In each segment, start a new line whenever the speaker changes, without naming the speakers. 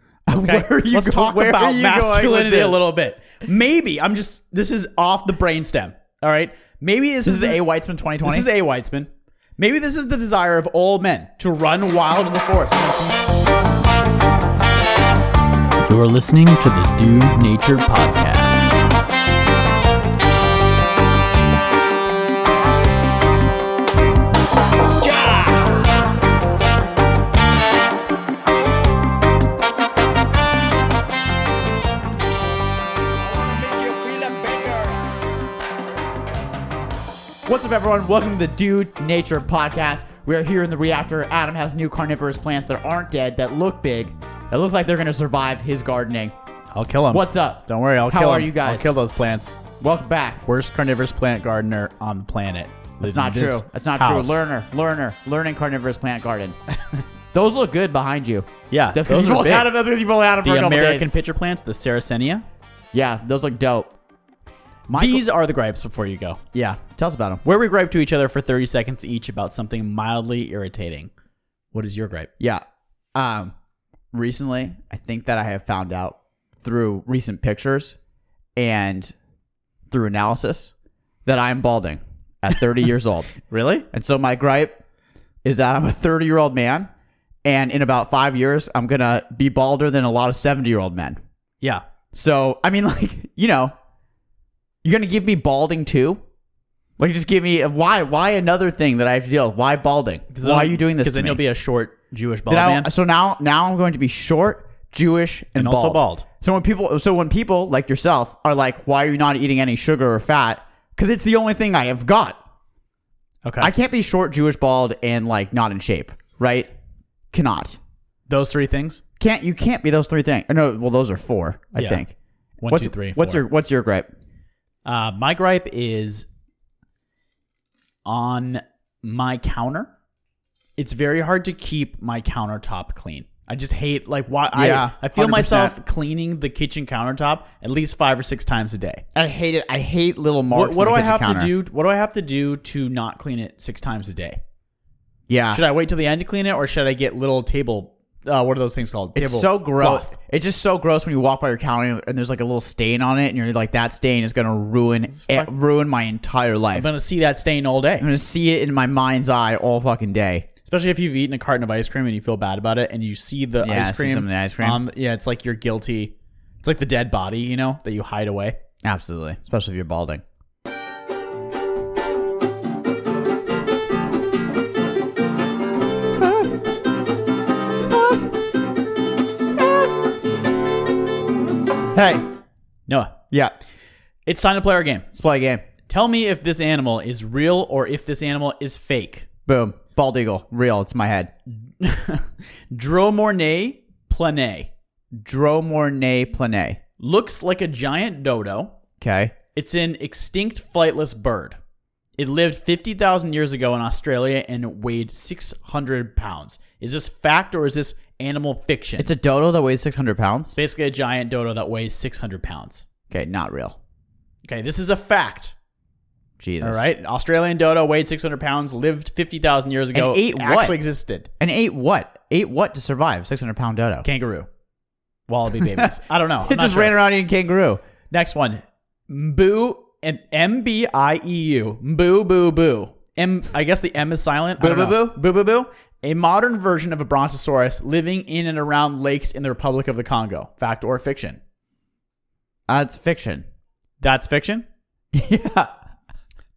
Okay,
Where are you
let's
go-
talk
where are
about
you going with
masculinity a
this?
little bit. Maybe I'm just this is off the brainstem. All right, maybe this,
This is
the-
A. Weitzman 2020.
This is A. Weitzman. Maybe this is the desire of all men to run wild in the forest.
You're listening to the Dude Nature Podcast.
What's up, everyone? Welcome to the Dude Nature Podcast. We are here in the reactor. Adam has new carnivorous plants that aren't dead, that look big, that look like they're going to survive his gardening.
I'll kill him.
What's up?
Don't worry, I'll
How
kill
are
him.
you guys?
I'll kill those plants.
Welcome back.
Worst carnivorous plant gardener on the planet.
That's not true. That's not true. Learner, learner, learning carnivorous plant garden. Those look good behind you.
Yeah,
That's because
those
you've
are
only
big.
had them. That's because you've only had them for a
The
couple
American
days.
pitcher plants, the Saracenia.
Yeah, those look dope.
These are the gripes before you go.
Yeah, tell us about them.
Where we gripe to each other for 30 seconds each about something mildly irritating. What is your gripe?
Yeah. Um recently, I think that I have found out through recent pictures and through analysis that I am balding at 30 years old.
Really?
And so my gripe is that I'm a 30-year-old man and in about 5 years I'm going to be balder than a lot of 70-year-old men.
Yeah.
So, I mean like, you know, you're going to give me balding too? Like just give me why why another thing that I have to deal with? Why balding? Why are you doing this?
Because
to
then
me?
you'll be a short Jewish bald
Then I-
man.
so now now I'm going to be short, Jewish, and,
And also bald.
So when people so when people like yourself are like, why are you not eating any sugar or fat? Because it's the only thing I have got.
Okay.
I can't be short, Jewish, bald, and like not in shape, right? Cannot.
Those three things.
Can't you can't be those three things? Or no, well those are four, I
Yeah.
think.
One,
what's
two, three,
what's
four.
your what's your gripe?
Uh, my gripe is on my counter. It's very hard to keep my countertop clean. I just hate like why
Yeah,
I I feel
100%.
myself cleaning the kitchen countertop at least five or six times a day.
I hate it. I hate little marks.
What, what do
on the
I
kitchen
have
counter.
to do? What do I have to do to not clean it six times a day?
Yeah.
Should I wait till the end to clean it, or should I get little table? Uh, what are those things called?
It's
table
so gross.
cloth.
It's just so gross when you walk by your counter and there's like a little stain on it, and you're like, that stain is gonna ruin eh, ruin my entire
I'm
life. I'm
gonna see that stain all day,
gonna see it in my mind's eye all fucking day.
especially if you've eaten a carton of ice cream and you feel bad about it, and you see the
Yeah,
ice
see
cream.
some of the ice cream.
Um, yeah, it's like you're guilty. It's like the dead body, you know, that you hide away.
Absolutely, especially if you're balding. Hey,
Noah,
yeah,
it's time to play our game.
let's play a game.
Tell me if this animal is real or if this animal is fake.
Boom, bald eagle, real. It's my head.
Dromornae planae
Dromornae planae.
looks like a giant dodo.
Okay.
It's an extinct flightless bird. It lived 50,000 years ago in Australia and weighed 600 pounds. Is this fact or is this animal fiction?
It's a dodo that weighs 600
It's
pounds.
basically a giant dodo that weighs 600 pounds.
Okay, not real.
Okay, this is a fact.
Jesus.
All right, An Australian dodo weighed 600 pounds, lived 50,000 years ago,
And
It
ate what?
actually existed.
And ate what? Ate what to survive? 600 pound dodo.
Kangaroo, wallaby babies. I don't know. I'm
it
not
just
sure.
ran around eating kangaroo.
Next one, boo and M B I E U, boo boo boo. M, I guess the M is silent. I
Boo,
don't
boo,
know. boo boo boo. A modern version of a brontosaurus living in and around lakes in the Republic of the Congo. Fact or fiction?
Uh, it's fiction.
That's fiction. yeah.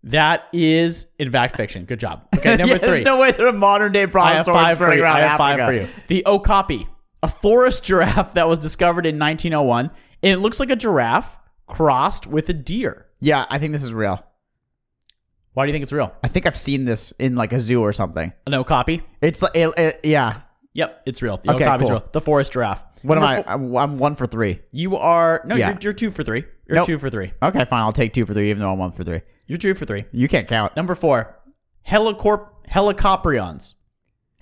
That is in fact fiction. Good job. Okay, number
Yeah,
three.
There's no way that a modern day
I have
brontosaurus
five for
running
you.
around
I have
Africa.
five for you. The okapi, a forest giraffe that was discovered in 1901, and it looks like a giraffe crossed with a deer.
Yeah, I think this is real.
Why do you think it's real?
I think I've seen this in like a zoo or something.
An okapi.
It's like, it, it- yeah.
Yep, it's real. The
Okay,
okapi's
cool.
real. The forest giraffe.
What am
Number
I?
four-
I'm, I'm one for three.
you are no.
Yeah.
You're, you're two for three. You're
Nope.
two for three.
Okay, fine. I'll take two for three, even though I'm one for three.
You're two for three.
You can't count.
Number four, helicorp helicoprions.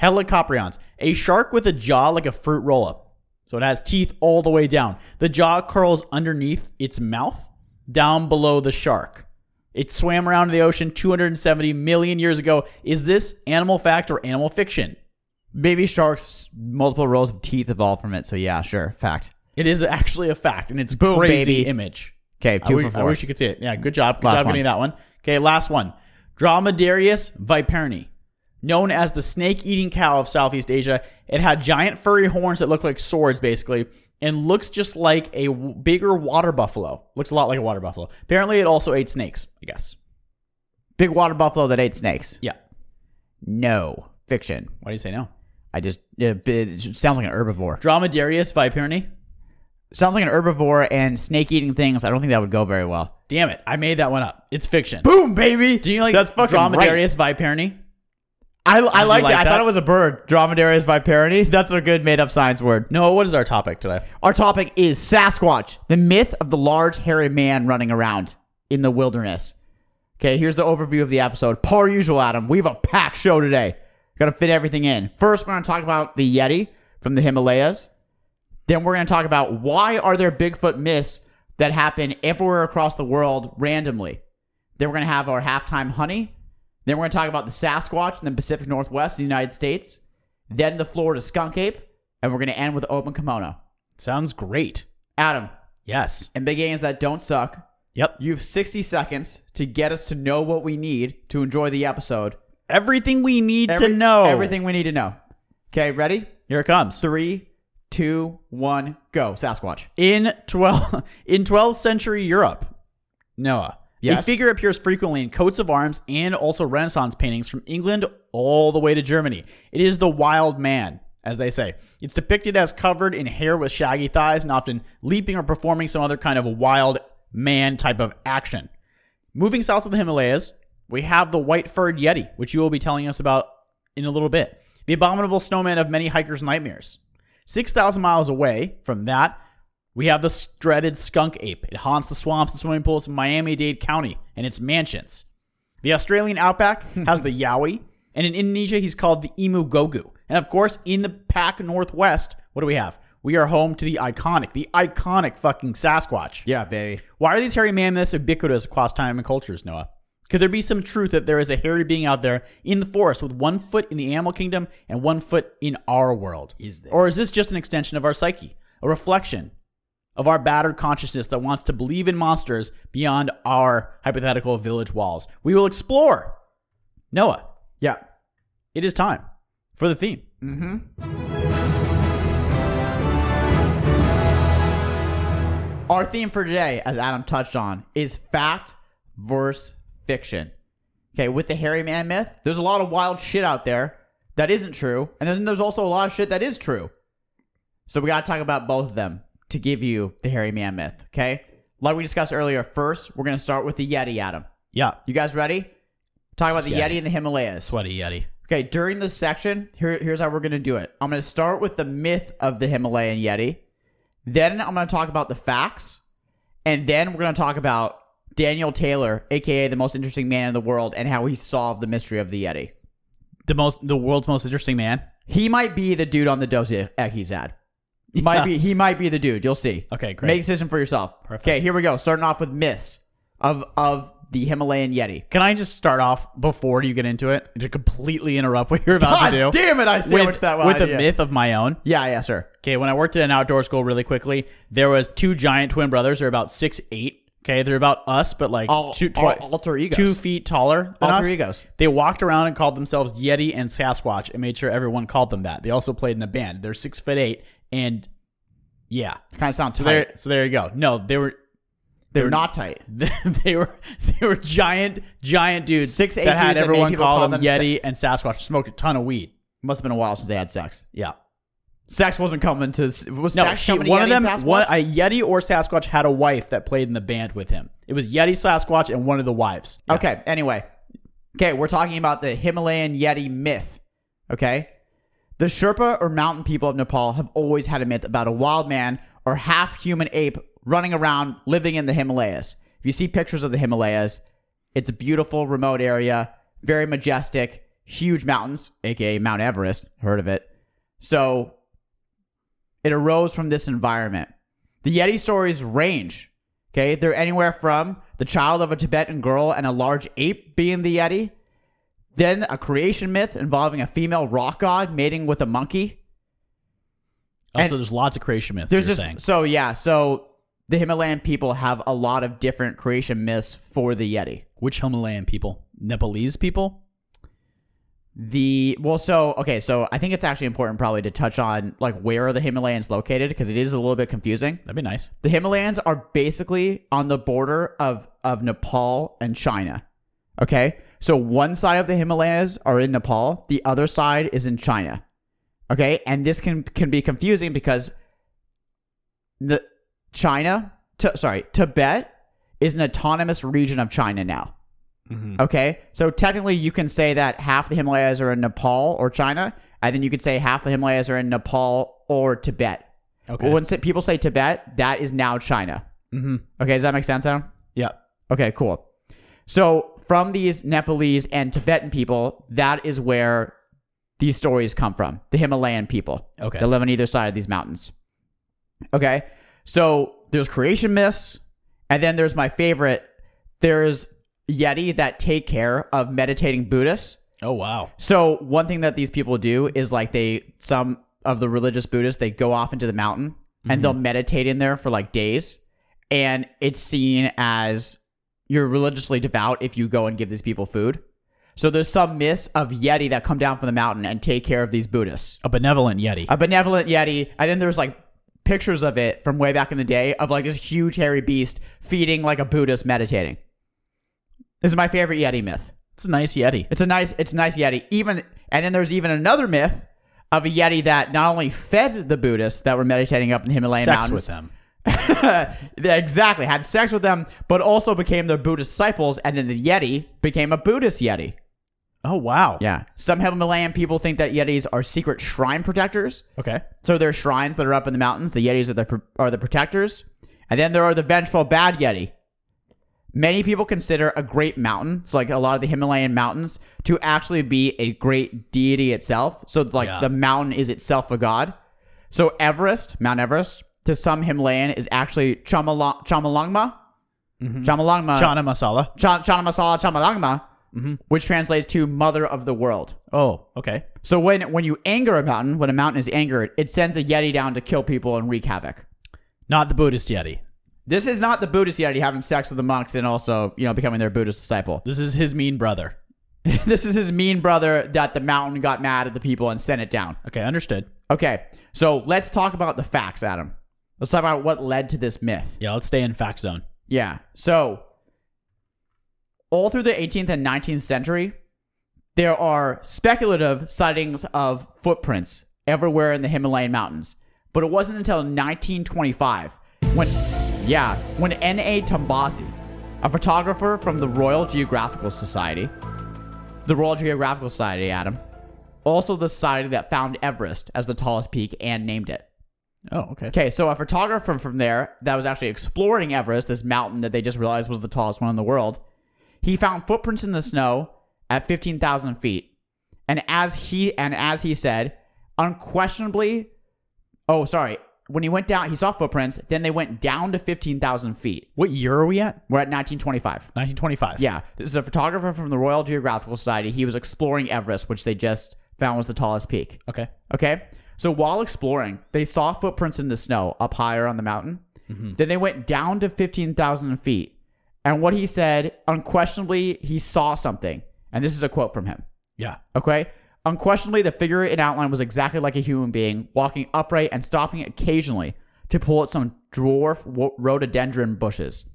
Helicoprions, a shark with a jaw like a fruit roll up. So it has teeth all the way down. The jaw curls underneath its mouth, down below the shark. It swam around the ocean 270 million years ago. Is this animal fact or animal fiction?
Baby sharks, multiple rows of teeth evolved from it. So yeah, sure, fact.
It is actually a fact, and it's
Boom,
crazy
baby.
image.
Okay,
I
two
wish,
for
I
four.
wish you could see it. Yeah, good job. Good
Last
job getting
one.
that one. Okay, last one. Dromedarius viperni, known as the snake-eating cow of Southeast Asia. It had giant furry horns that look like swords, basically, and looks just like a w- bigger water buffalo. Looks a lot like a water buffalo. Apparently, it also ate snakes. I guess.
Big water buffalo that ate snakes.
Yeah.
No fiction.
Why do you say no?
I just it, it sounds like an herbivore.
Dromedarius viperni.
Sounds like an herbivore and snake eating things. I don't think that would go very well.
Damn it! I made that one up. It's fiction.
Boom, baby.
Do you like
that's fucking Right.
Dromedarius viperni?
I, I liked
like
it. I
that?
thought it was a bird. Dromedarius viperni. That's a good made up science word.
No. What is our topic today?
Our topic is Sasquatch, the myth of the large hairy man running around in the wilderness. Okay, here's the overview of the episode. Per usual, Adam, we have a packed show today. Got to fit everything in. First, we're going to talk about the Yeti from the Himalayas. Then we're going to talk about why are there Bigfoot myths that happen everywhere across the world randomly. Then we're going to have our halftime honey. Then we're going to talk about the Sasquatch in the Pacific Northwest, in the United States. Then the Florida skunk ape, and we're going to end with the open kimono.
Sounds great.
Adam,
Yes.
in big games that don't suck,
Yep.
you have 60 seconds to get us to know what we need to enjoy the episode.
Everything we need
Every-
to know.
Everything we need to know. Okay, ready?
Here it comes.
Three, two, one, go. Sasquatch.
In 12 in 12th century Europe, Noah. The
Yes.
figure appears frequently in coats of arms and also Renaissance paintings from England all the way to Germany. It is the wild man, as they say. It's depicted as covered in hair with shaggy thighs and often leaping or performing some other kind of wild man type of action. Moving south of the Himalayas, we have the white furred Yeti, which you will be telling us about in a little bit. The abominable snowman of many hikers' nightmares. 6,000 miles away from that, we have the dreaded skunk ape. It haunts the swamps and swimming pools in Miami Dade County and its mansions. The Australian outback has the yowie, and in Indonesia, he's called the emu gogu. And of course, in the Pac Northwest, what do we have? We are home to the iconic, the iconic fucking Sasquatch.
Yeah, baby.
Why are these hairy mammoths ubiquitous across time and cultures, Noah? Could there be some truth that there is a hairy being out there in the forest with one foot in the animal kingdom and one foot in our world? Is there? Or is this just an extension of our psyche, a reflection of our battered consciousness that wants to believe in monsters beyond our hypothetical village walls? We will explore. Noah,
Yeah.
it is time for the theme.
Our theme for today, as Adam touched on, is fact versus fiction. Okay, with the hairy man myth, there's a lot of wild shit out there that isn't true, and then there's also a lot of shit that is true. So we got to talk about both of them to give you the hairy man myth, okay? Like we discussed earlier, first, we're going to start with the Yeti, Adam.
Yeah.
You guys ready? Talk about the
Yeah.
Yeti in the Himalayas.
Sweaty Yeti.
Okay, during this section, here, here's how we're going to do it. I'm going to start with the myth of the Himalayan Yeti. Then I'm going to talk about the facts. And then we're going to talk about Daniel Taylor, aka the most interesting man in the world, and how he solved the mystery of the Yeti.
The most the world's most interesting man.
He might be the dude on the dozy he's ad. Might
Yeah.
be he might be the dude. You'll see.
Okay, great.
Make a decision for yourself.
Perfect.
Okay, here we go. Starting off with myths of of the Himalayan Yeti.
Can I just start off before you get into it to completely interrupt what you're about
God
to do?
damn it! I sandwiched
with,
that well.
with a
idea.
myth of my own.
Yeah, yeah, sir.
Okay, when I worked at an outdoor school, really quickly, there was two giant twin brothers. They're about six eight. Okay, they're about us, but like
All,
two, twi-
all, alter egos.
two feet taller. Than
Alter
us.
egos.
They walked around and called themselves Yeti and Sasquatch, and made sure everyone called them that. They also played in a band. They're six foot eight, and yeah,
Kind of sounds
so
tight.
there, so there you go. No, they were
They were not tight.
they were they were giant giant dudes
Six, eight
that had
dudes that made
everyone
people
call,
call
them
them
Yeti and Sasquatch. Smoked a ton of weed.
Must have been a while since they had sex.
Yeah.
Sex wasn't coming to. Was
No,
sex
she,
coming to
one of
Yeti and
them,
Sasquatch?
one, a Yeti or Sasquatch had a wife that played in the band with him. It was Yeti, Sasquatch, and one of the wives.
Okay. Anyway, okay, we're talking about the Himalayan Yeti myth. Okay, the Sherpa or mountain people of Nepal have always had a myth about a wild man or half human ape running around living in the Himalayas. If you see pictures of the Himalayas, it's a beautiful remote area, very majestic, huge mountains, aka Mount Everest. Heard of it? So it arose from this environment. The Yeti stories range. Okay, they're anywhere from the child of a Tibetan girl and a large ape being the Yeti, Then a creation myth involving a female rock god mating with a monkey.
Also,
And-
there's lots of creation myths.
There's
you're
just
saying.
so yeah, so the Himalayan people have a lot of different creation myths for the Yeti.
which Himalayan people? Nepalese people?
The well, so okay, so I think it's actually important probably to touch on like where are the Himalayans located because it is a little bit confusing.
That'd be nice.
The Himalayans are basically on the border of of Nepal and China. Okay? So one side of the Himalayas are in Nepal, the other side is in China. Okay? And this can can be confusing because the China, t- sorry, Tibet is an autonomous region of China now. Okay? So technically you can say that half the Himalayas are in Nepal or China, and then you could say half the Himalayas are in Nepal or Tibet.
Okay.
Well, When sa- people say Tibet, that is now China.
mm-hmm.
Okay, does that make sense, Adam?
Yeah.
Okay, cool. So from these Nepalese and Tibetan people, that is where these stories come from. The Himalayan people.
Okay.
That live on either side of these mountains. Okay. So there's creation myths, and then there's my favorite. There's Yeti that take care of meditating Buddhists.
Oh wow.
So one thing that these people do is like they some of the religious Buddhists they go off into the mountain and they'll meditate in there for like days, and it's seen as you're religiously devout if you go and give these people food. So there's some myths of yeti that come down from the mountain and take care of these Buddhists.
A benevolent Yeti.
A benevolent yeti, and then there's like pictures of it from way back in the day of like this huge hairy beast feeding like a Buddhist meditating. This is my favorite yeti myth.
it's a nice Yeti.
It's a nice it's a nice yeti. Even and then there's even another myth of a yeti that not only fed the Buddhists that were meditating up in the Himalayan
Sex with
mountains,
him.
They exactly had sex with them, but also became their Buddhist disciples, and then the yeti became a Buddhist yeti.
Oh wow.
Yeah, some Himalayan people think that yetis are secret shrine protectors.
Okay.
So they're shrines that are up in the mountains. The Yetis are the pr- are the protectors, and then there are the vengeful bad Yeti. Many people consider a great mountain, so like a lot of the Himalayan mountains, to actually be a great deity itself. So like
Yeah.
the mountain is itself a god. So Everest, Mount Everest, to some Himalayan is actually Chamalong- Chamalongma, Chamalongma, Chan-
Chana Masala.
Chanamasala Chamalongma, which translates to Mother of the World.
Oh. Okay.
So when when you anger a mountain, when a mountain is angered, it sends a yeti down to kill people and wreak havoc.
Not the Buddhist Yeti.
This is not the Buddhist yeti having sex with the monks and also you know becoming their Buddhist disciple.
This is his mean brother.
this is his mean brother that the mountain got mad at the people and sent it down.
Okay. Understood.
Okay, so let's talk about the facts, Adam. Let's talk about what led to this myth.
Yeah. Let's stay in fact zone.
Yeah. So, all through the 18th and 19th century, there are speculative sightings of footprints everywhere in the Himalayan mountains. But it wasn't until 1925 when, yeah, when N.A. Tambazi, a photographer from the Royal Geographical Society, the Royal Geographical Society, Adam, also the society that found Everest as the tallest peak and named it.
Oh. Okay.
Okay, so a photographer from there that was actually exploring Everest, this mountain that they just realized was the tallest one in the world, he found footprints in the snow at 15,000 feet. And as he and as he said, unquestionably, oh sorry, when he went down, he saw footprints. Then they went down to 15,000 feet.
What year are we at?
We're at 1925.
1925.
Yeah, this is a photographer from the Royal Geographical Society. He was exploring Everest, which they just found was the tallest peak.
Okay.
Okay. So while exploring, they saw footprints in the snow up higher on the mountain. Then they went down to 15,000 feet. And what he said, unquestionably, he saw something. And this is a quote from him.
Yeah.
Okay. Unquestionably, the figure in outline was exactly like a human being, walking upright and stopping occasionally to pull at some dwarf wo- rhododendron bushes.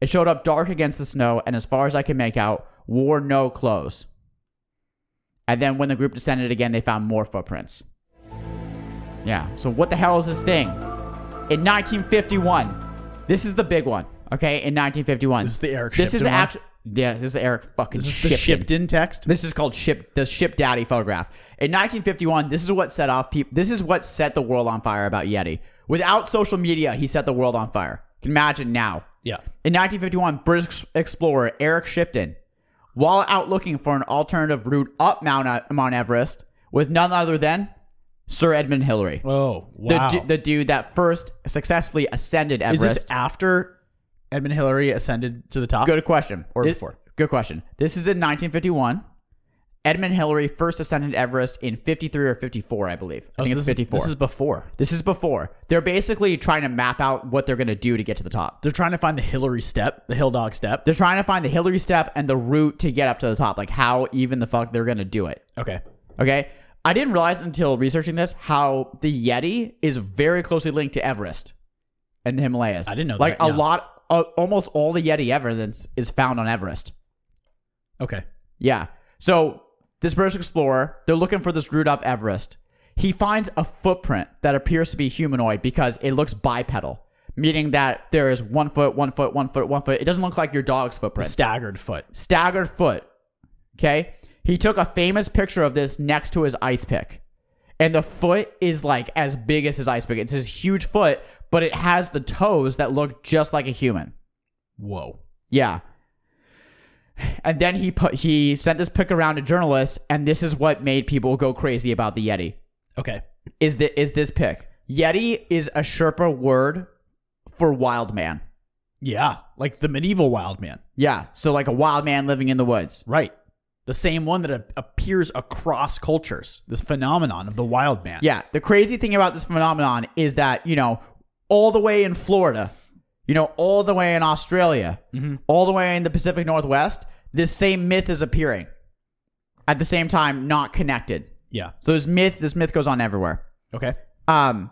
It showed up dark against the snow, and as far as I can make out, wore no clothes. And then when the group descended again, they found more footprints. Yeah. So what the hell is this thing? In 1951, this is the big one. Okay, in 1951,
This is the Eric
This is
Shipton one?
actually yeah. This is Eric fucking
Is this the
Shipton.
shipped in text?
This is called ship the ship daddy photograph. In 1951, this is what set off people. This is what set the world on fire about Yeti. Without social media, he set the world on fire. Can imagine now.
Yeah.
In 1951, British explorer Eric Shipton, while out looking for an alternative route up Mount, uh, Mount Everest, with none other than Sir Edmund Hillary,
Oh.
the,
Wow.
du- the dude that first successfully ascended
is
Everest.
this after Edmund Hillary ascended to the top?
Good question.
Or
This-
before.
Good question. This is in 1951. Edmund Hillary first ascended Everest in 53 or 54, I believe. I
Oh, so
think
this
it's
is-
54.
this is before.
This is before. They're basically trying to map out what they're going to do to get to the top.
They're trying to find the Hillary step, the hill dog step.
They're trying to find the Hillary step and the route to get up to the top, like how even the fuck they're going to do it.
Okay.
Okay? I didn't realize until researching this how the Yeti is very closely linked to Everest and the Himalayas.
I didn't know
like
that,
a
yeah.
lot uh, almost all the Yeti evidence is found on Everest.
Okay.
Yeah. So this British explorer, they're looking for this route up Everest. He finds a footprint that appears to be humanoid because it looks bipedal, meaning that there is one foot, one foot, one foot, one foot. It doesn't look like your dog's footprint.
Staggered foot.
Staggered foot. Okay. He took a famous picture of this next to his ice pick. And the foot is like as big as his ice pick. It's his huge foot, but it has the toes that look just like a human.
Whoa.
Yeah. And then he put he sent this pic around to journalists, and this is what made people go crazy about the Yeti.
Okay.
Is the is this pic? Yeti is a Sherpa word for wild man.
Yeah. Like the medieval wild man.
Yeah, so like a wild man living in the woods.
Right. The same one that a- appears across cultures. This phenomenon of the wild man.
Yeah, the crazy thing about this phenomenon is that you know all the way in Florida, you know all the way in Australia, all the way in the Pacific Northwest, this same myth is appearing. At the same time, not connected.
Yeah.
So this myth, this myth goes on everywhere.
Okay.
Um,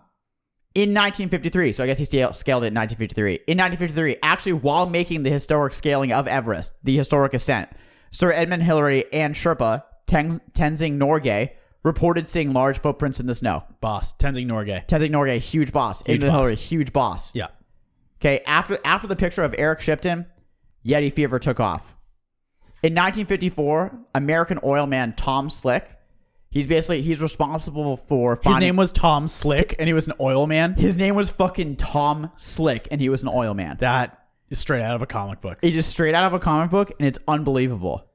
in 1953, so I guess he scaled, scaled it in 1953. In 1953, actually, while making the historic scaling of Everest, the historic ascent, Sir Edmund Hillary and Sherpa Teng- Tenzing Norgay reported seeing large footprints in the snow.
Boss. Tenzing Norgay.
Tenzing Norgay, huge boss.
Huge
Edmund
boss.
Hillary, huge boss.
Yeah.
Okay, after after the picture of Eric Shipton, Yeti fever took off. In 1954, American oil man Tom Slick, he's basically he's responsible for
His
finding
name was Tom Slick, and he was an oil man.
His name was fucking Tom Slick, and he was an oil man.
That is straight out of a comic book.
He just straight out of a comic book, and it's unbelievable.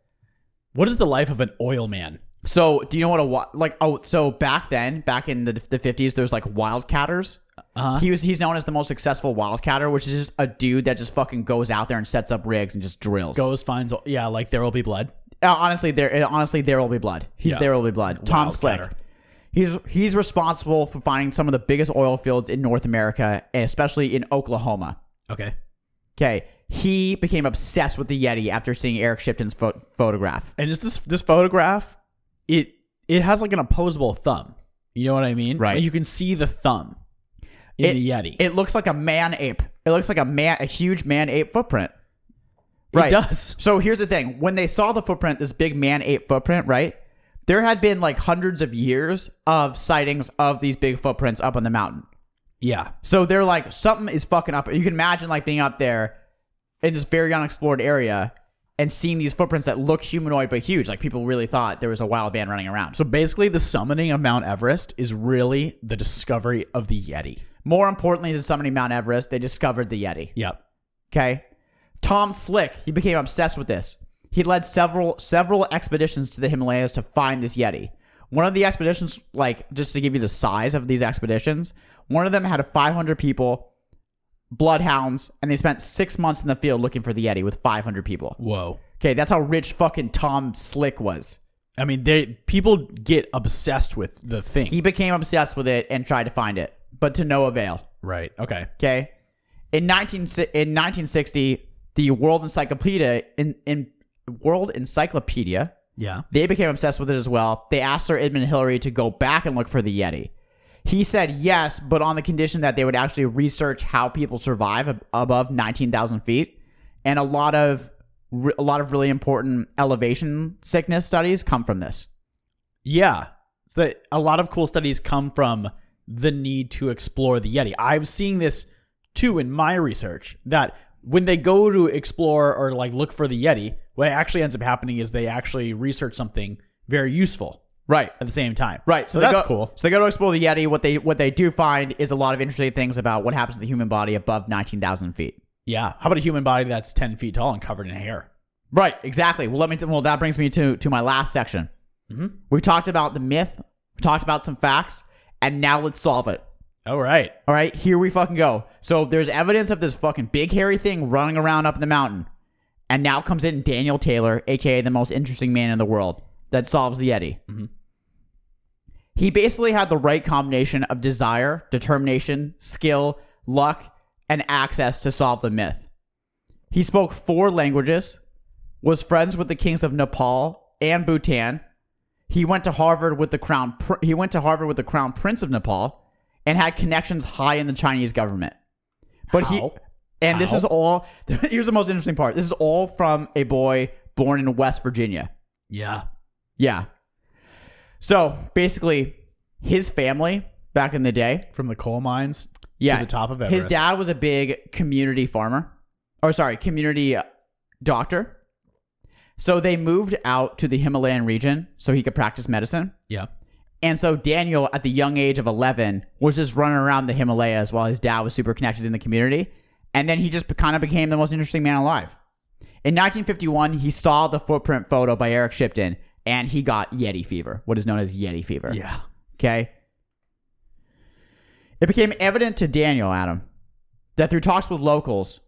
What is the life of an oil man?
So, do you know what a wi- like? Oh, so back then, back in the the fifties, there's like wildcatters.
Uh-huh.
He was he's known as the most successful wildcatter, which is just a dude that just fucking goes out there and sets up rigs and just drills.
Goes finds. o- Yeah. Like there will be blood.
Uh, honestly, there uh, honestly there will be blood. He's
Yeah.
there will be blood. Tom Slick.
Wildcatter.
He's he's responsible for finding some of the biggest oil fields in North America, especially in Oklahoma.
Okay.
Okay, he became obsessed with the Yeti after seeing Eric Shipton's pho- photograph.
And is this this photograph? It it has like an opposable thumb. You know what I mean?
Right.
Like, you can see the thumb in
It-
the Yeti.
It looks like a man ape. It looks like a man, a huge man ape footprint.
It does.
So here's the thing: when they saw the footprint, this big man ape footprint, right? There had been like hundreds of years of sightings of these big footprints up on the mountain.
Yeah.
So they're like, something is fucking up. You can imagine like being up there in this very unexplored area and seeing these footprints that look humanoid but huge. Like people really thought there was a wild man running around.
So basically, the summoning of Mount Everest is really the discovery of the Yeti.
More importantly than summoning Mount Everest, they discovered the Yeti.
Yep.
Okay. Tom Slick, he became obsessed with this. He led several several expeditions to the Himalayas to find this Yeti. One of the expeditions, like just to give you the size of these expeditions, one of them had 500 people, bloodhounds, and they spent six months in the field looking for the Yeti with 500 people.
Whoa.
Okay, that's how rich fucking Tom Slick was.
I mean, they people get obsessed with the thing.
He became obsessed with it and tried to find it, but to no avail.
right. Okay.
Okay. In 19, in 1960, the World Encyclopedia in, in World Encyclopedia,
Yeah.
they became obsessed with it as well. They asked Sir Edmund Hillary to go back and look for the Yeti. He said yes, but on the condition that they would actually research how people survive ab- above 19,000 feet, and a lot of re- a lot of really important elevation sickness studies come from this.
Yeah. So that a lot of cool studies come from the need to explore the Yeti. I've seen this too in my research that when they go to explore or like look for the Yeti, what actually ends up happening is they actually research something very useful
Right.
at the same time.
Right.
So,
they
that's
go-
cool.
So they go to explore the Yeti. What they what they do find is a lot of interesting things about what happens to the human body above nineteen thousand feet.
Yeah. How about a human body that's 10 feet tall and covered in hair?
Right. Exactly. Well, let me. T- well, that brings me to to my last section.
Mhm.
We talked about the myth. We talked about some facts, and now let's solve it.
All right.
All right. Here we fucking go. So there's evidence of this fucking big hairy thing running around up in the mountain, and now comes in Daniel Taylor, aka the most interesting man in the world. that solves the Yeti. He basically had the right combination of desire, determination, skill, luck, and access to solve the myth. He spoke four languages, was friends with the kings of Nepal and Bhutan. He went to Harvard with the crown. Pr- He went to Harvard with the crown prince of Nepal, and had connections high in the Chinese government. But he,
How?
and this
How?
is all. Here's the most interesting part. This is all from a boy born in West Virginia.
Yeah.
Yeah. So basically, his family back in the day,
From the coal mines
yeah,
to the top of Everest.
his dad was a big community farmer, or sorry, community uh, doctor. So they moved out to the Himalayan region so he could practice medicine.
Yeah.
And so Daniel, at the young age of 11, was just running around the Himalayas while his dad was super connected in the community. And then he just kind of became the most interesting man alive. In 1951, he saw the footprint photo by Eric Shipton and he got Yeti fever, what is known as Yeti fever.
Yeah.
Okay. It became evident to Daniel, Adam, that through talks with locals,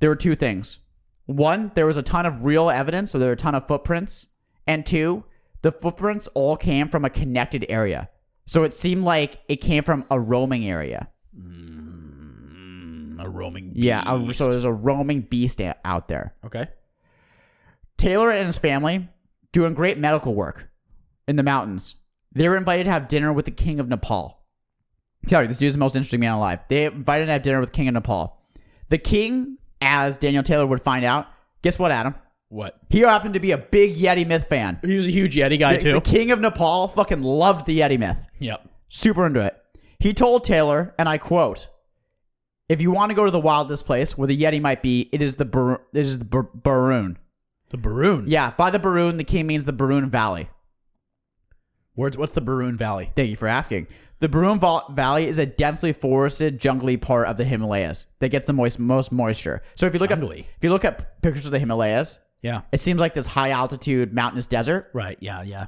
there were two things. One, there was a ton of real evidence, so there were a ton of footprints. And two, the footprints all came from a connected area. So it seemed like it came from a roaming area.
A roaming.
Yeah, a, so there's a roaming beast a- out there.
Okay.
Taylor and his family doing great medical work in the mountains. They were invited to have dinner with the king of Nepal. Tell you, this dude's the most interesting man alive. They invited to have dinner with the king of Nepal. The king, as Daniel Taylor would find out, guess what, Adam?
What?
He happened to be a big Yeti myth fan.
He was a huge Yeti guy
The, the king of Nepal fucking loved the Yeti myth.
Yep.
Super into it. He told Taylor, and I quote, if you want to go to the wildest place where the Yeti might be, it is the, Bar- it is the Bar- Barun.
The Baroon.
Yeah, by the Barun, the king means the Barun Valley.
Where's what's the Baroon Valley?
Thank you for asking. The Barun Val- Valley is a densely forested, jungly part of the Himalayas that gets the moist, most moisture. So if you look
Jungly.
up, if you look up pictures of the Himalayas,
Yeah.
it seems like this high altitude mountainous desert.
Right. Yeah. Yeah.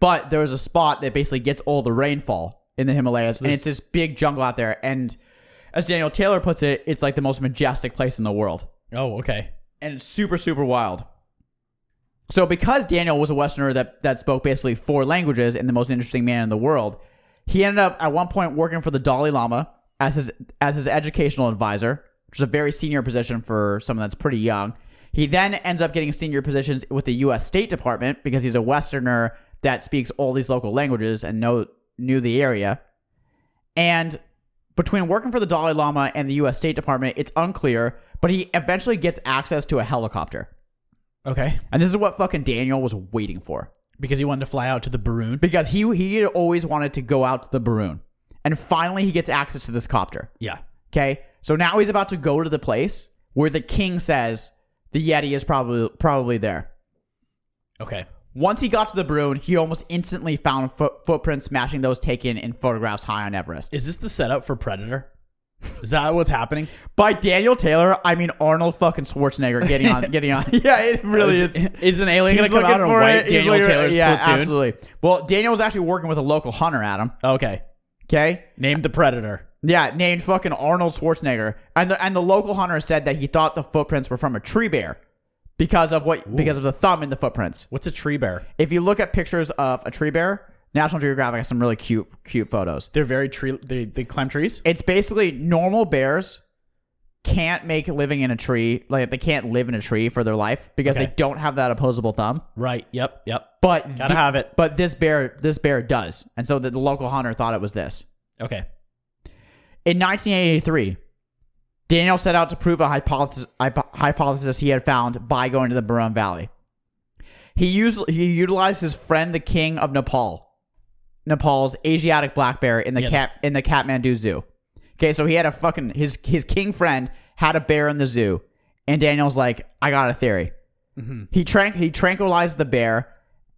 But there is a spot that basically gets all the rainfall in the Himalayas, and it's this big jungle out there. And as Daniel Taylor puts it, it's like the most majestic place in the world.
Oh, okay.
and it's super super wild. So because Daniel was a Westerner that that spoke basically four languages and the most interesting man in the world, he ended up at one point working for the Dalai Lama as his as his educational advisor, which is a very senior position for someone that's pretty young. He then ends up getting senior positions with the U.S. State Department because he's a Westerner that speaks all these local languages and know knew the area. And between working for the Dalai Lama and the U.S. State Department, it's unclear, but he eventually gets access to a helicopter.
Okay.
And this is what fucking Daniel was waiting for
Because he wanted to fly out to the Baroon.
because he he had always wanted to go out to the Baroon. And finally, he gets access to this copter.
Yeah.
Okay. So now he's about to go to the place where the king says the Yeti is probably probably there.
Okay.
Once he got to the Baroon, he almost instantly found foot, footprints matching those taken in photographs high on Everest.
Is this the setup for Predator? Is that what's happening?
By Daniel Taylor, I mean Arnold fucking Schwarzenegger getting on, getting on. Yeah, it really is.
Is an alien
He's
going to come
looking
out and
for
wipe
it. He's
Daniel
looking-
Taylor's
yeah,
platoon?
absolutely. Well, Daniel was actually working with a local hunter, Adam.
Okay.
Okay,
Named the Predator.
yeah, named fucking Arnold Schwarzenegger, and the and the local hunter said that he thought the footprints were from a tree bear because of what because of the thumb in the footprints.
What's a tree bear?
If you look at pictures of a tree bear, National Geographic has some really cute cute photos.
They're very tree. They, they climb trees.
It's basically normal bears can't make living in a tree like they can't live in a tree for their life because
Okay.
they don't have that opposable thumb.
Right. Yep. Yep.
But
Gotta
the-
have it.
But this bear, this bear does, and so the, the local hunter thought it was this.
Okay.
In 1983, Daniel set out to prove a hypothesis, hypo- hypothesis he had found by going to the Barun Valley. He used he utilized his friend, the King of Nepal, Nepal's Asiatic black bear in the
Yeah.
cat in the Kathmandu Zoo. Okay, so he had a fucking his his king friend had a bear in the zoo, and Daniel's like, I got a theory. He tran- he tranquilized the bear,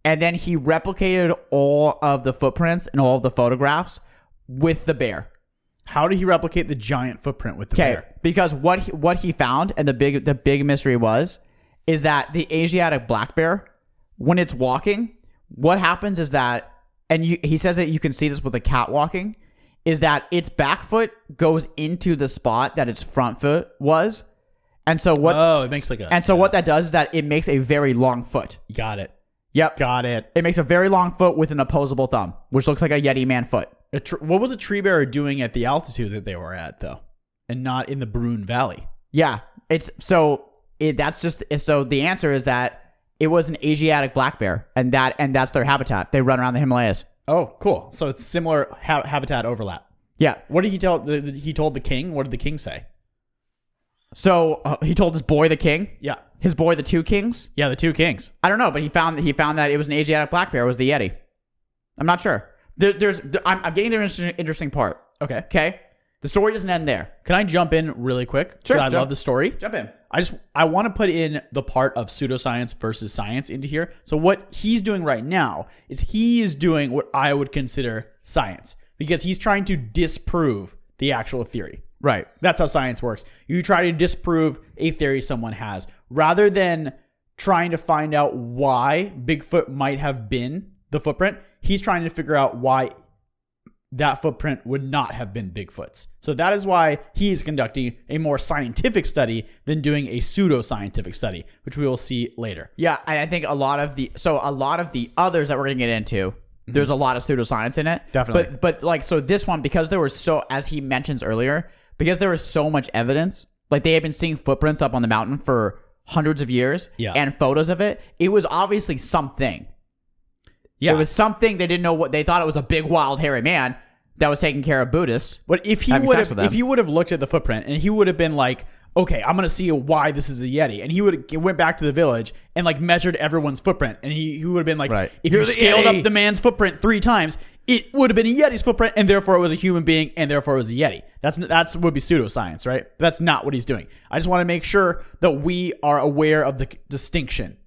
and then he replicated all of the footprints and all of the photographs with the bear.
How did he replicate the giant footprint with the
Okay,
bear?
because what he, what he found and the big the big mystery was is that the Asiatic black bear, when it's walking, what happens is that, and you, he says that you can see this with a cat walking, is that its back foot goes into the spot that its front foot was, and so what
Oh, it makes like a.
and so what that does is that it makes a very long foot.
got it.
Yep.
Got it.
It makes a very long foot with an opposable thumb, which looks like a Yeti man foot.
A tr- what was a tree bearer doing at the altitude that they were at, though, and not in the Bruin Valley?
Yeah, it's so it, that's just so the answer is that it was an Asiatic black bear, and that and that's their habitat. They run around the Himalayas.
Oh, cool. So it's similar ha- habitat overlap.
Yeah.
What did he tell? The, the- he told the king. What did the king say?
So uh, he told his boy the king,
Yeah,
his boy the two kings.
yeah. The two kings.
I don't know, but he found he found that it was an Asiatic black bear. Was the Yeti? I'm not sure. There, there's I'm, I'm getting the interesting, interesting part.
Okay.
Okay, the story doesn't end there.
Can I jump in really quick?
Sure,
'Cause I
jump.
love the story.
Jump in.
I just I want to put in the part of pseudoscience versus science into here. So what he's doing right now is he is doing what I would consider science because he's trying to disprove the actual theory.
Right.
That's how science works. You try to disprove a theory someone has rather than trying to find out why Bigfoot might have been the footprint. He's trying to figure out why that footprint would not have been Bigfoot's. So that is why he is conducting a more scientific study than doing a pseudo-scientific study, which we will see later.
Yeah, and I think a lot of the so a lot of the others that we're gonna get into, there's a lot of pseudoscience in it.
Mm-hmm. Definitely.
But but like so this one, because there was so as he mentions earlier, because there was so much evidence, like they had been seeing footprints up on the mountain for hundreds of years
Yeah.
and photos of it, it was obviously something.
Yeah.
It was something they didn't know what they thought it was a big wild hairy man that was taking care of Buddhists.
But if he
having
would
sex
have,
with them.
if he would have looked at the footprint and he would have been like, okay, I'm gonna see why this is a yeti, and he would have went back to the village and like measured everyone's footprint, and he, he would have been like,
Right.
if you
You're the
scaled
Yeti.
up the man's footprint three times, it would have been a yeti's footprint, and therefore it was a human being, and therefore it was a yeti. That's that's would be pseudoscience, right? But that's not what he's doing. I just want to make sure that we are aware of the c- distinction.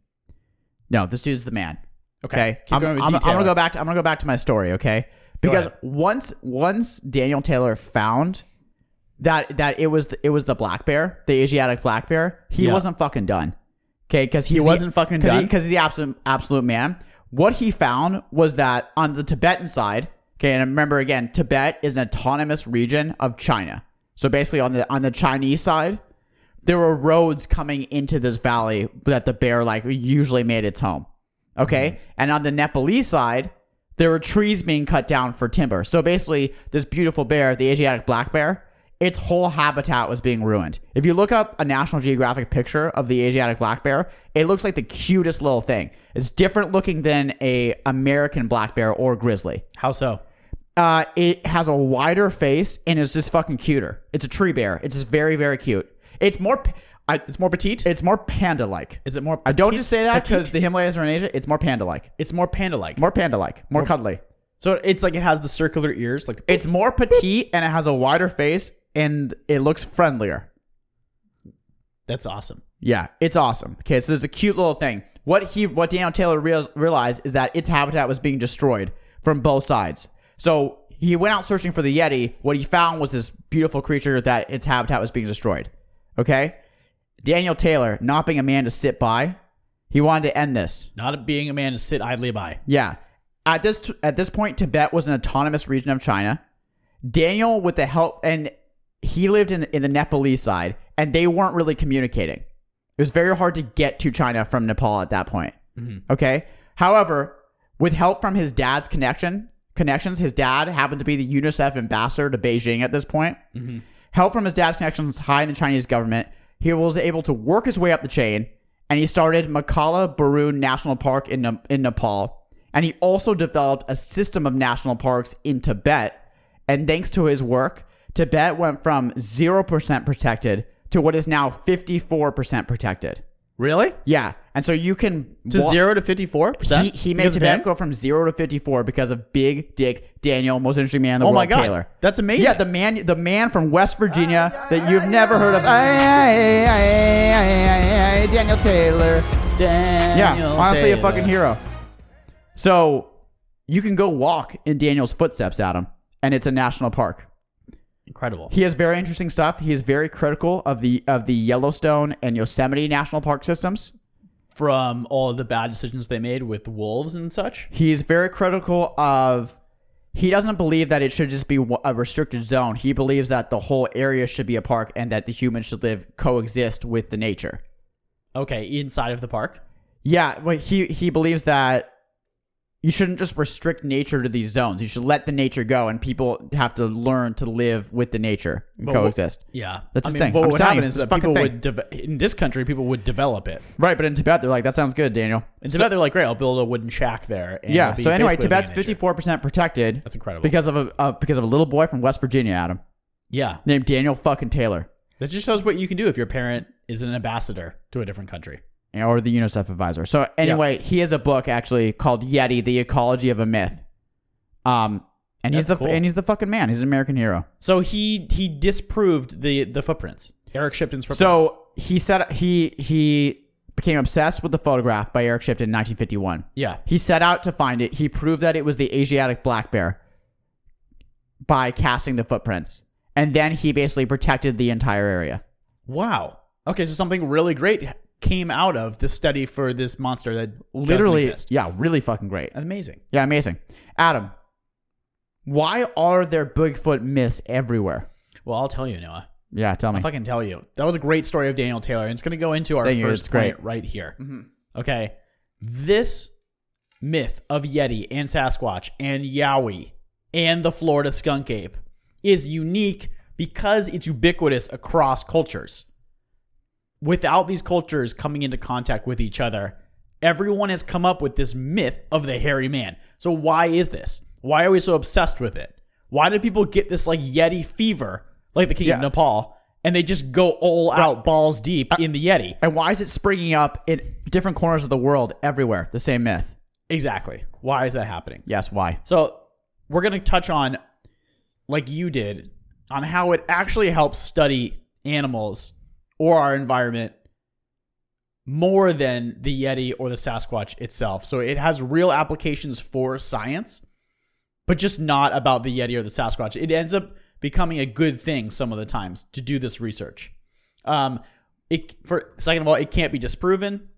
No, this dude's the man.
Okay. Keep
I'm,
going with
I'm- I'm
detail.
gonna go back. To, I'm gonna go back to my story. Okay, because
ahead.
once once Daniel Taylor found that that it was the, it was the black bear, the Asiatic black bear, he
Yeah.
wasn't fucking done. Okay, because he
wasn't fucking done?
because he's the absolute absolute man. What he found was that on the Tibetan side, okay, and remember again, Tibet is an autonomous region of China. So basically, on the on the Chinese side, there were roads coming into this valley that the bear like usually made its home. Okay. And on the Nepalese side, there were trees being cut down for timber. So basically, this beautiful bear, the Asiatic black bear, its whole habitat was being ruined. If you look up a National Geographic picture of the Asiatic black bear, it looks like the cutest little thing. It's different looking than a American black bear or grizzly.
How so?
Uh, it has a wider face and is just fucking cuter. It's a tree bear. It's just very, very cute. It's more, p- I,
It's more petite.
it's more panda-like.
is it more?
I don't
petite-
just say that
petite?
because the Himalayas are in Asia. It's more panda-like,
it's more panda-like.
more panda-like, more cuddly.
so it's like it has the circular ears, like
It's more petite and it has a wider face and it looks friendlier.
that's awesome.
Yeah, it's awesome. Okay, so there's a cute little thing. What he, what Daniel Taylor real, realized is that its habitat was being destroyed from both sides. So he went out searching for the Yeti. What he found was this beautiful creature that its habitat was being destroyed. Okay, Daniel Taylor, not being a man to sit by, he wanted to end this.
Not being a man to sit idly by.
Yeah. At this at this point, Tibet was an autonomous region of China. Daniel, with the help, and he lived in in the Nepalese side, and they weren't really communicating. It was very hard to get to China from Nepal at that point. Okay. However, with help from his dad's connection connections, his dad happened to be the UNICEF ambassador to Beijing at this point. Help from his dad's connections high in the Chinese government, he was able to work his way up the chain, and he started Makala Barun National Park in Ne- in Nepal, and he also developed a system of national parks in Tibet. And thanks to his work, Tibet went from zero percent protected to what is now fifty four percent protected.
Really?
Yeah, and so you can
To
wa-
zero to fifty four
he,
percent.
he made Tibet go from zero to fifty four because of Big Dick Daniel, most interesting man in the
Oh
world,
my god,
Taylor.
that's amazing.
Yeah, the man, the man from West Virginia that you've never heard of. Daniel Taylor. Yeah, honestly, a fucking hero. So you can go walk in Daniel's footsteps, Adam, and it's a national park.
incredible.
He has very interesting stuff. He is very critical of the of the Yellowstone and Yosemite national park systems.
From all of the bad decisions they made with wolves and such.
He's very critical of. He doesn't believe that it should just be a restricted zone. He believes that the whole area should be a park and that the humans should live coexist with the nature.
Okay, inside of the park.
Yeah, well, he he believes that you shouldn't just restrict nature to these zones. You should let the nature go, and people have to learn to live with the nature and
But what-
coexist.
Yeah,
That's
I
his
mean,
thing.
But
I'm
what would
telling
happen
you,
is
it's
that
a fucking
people
thing.
would deve- in this country people would develop it.
Right, but in Tibet, they're like, that sounds good, Daniel.
In Tibet, they're like, great, I'll build a wooden shack there. And
yeah.
it'll be
So anyway,
basically a
Tibet's
man nature.
fifty-four percent protected.
That's incredible.
because of a uh, because of a little boy from West Virginia, Adam,
yeah,
named Daniel fucking Taylor,
that just shows what you can do if your parent is an ambassador to a different country.
or the UNICEF advisor. So anyway, he has a book actually called Yeti: The Ecology of a Myth. Um, and he's the
That's cool.
and he's the fucking man. He's an American hero.
So he he disproved the the footprints, Eric Shipton's footprints.
So he set he he became obsessed with the photograph by Eric Shipton in 1951.
yeah,
He set out to find it. He proved that it was the Asiatic black bear by casting the footprints, and then he basically protected the entire area.
wow. Okay, so something really great came out of this study for this monster that
Literally,
doesn't exist.
yeah, really fucking great.
amazing.
Yeah, amazing. Adam, why are there Bigfoot myths everywhere?
Well, I'll tell you, Noah.
Yeah, tell me.
If I can tell you, that was a great story of Daniel Taylor, and it's going to go into our
Thank you,
first
it's
point
great.
right here. Okay, this myth of Yeti and Sasquatch and Yowie and the Florida skunk ape is unique because it's ubiquitous across cultures. Without these cultures coming into contact with each other, everyone has come up with this myth of the hairy man. So why is this? Why are we so obsessed with it? Why do people get this like Yeti fever, like the king
Yeah.
of Nepal, and they just go all out balls deep in the Yeti?
and why is it springing up in different corners of the world everywhere? The same myth.
Exactly. Why is that happening?
Yes, why?
So we're going to touch on, like you did, on how it actually helps study animals or our environment more than the Yeti or the Sasquatch itself. So it has real applications for science, but just not about the Yeti or the Sasquatch. It ends up becoming a good thing some of the times to do this research. Um, it for second of all, it can't be disproven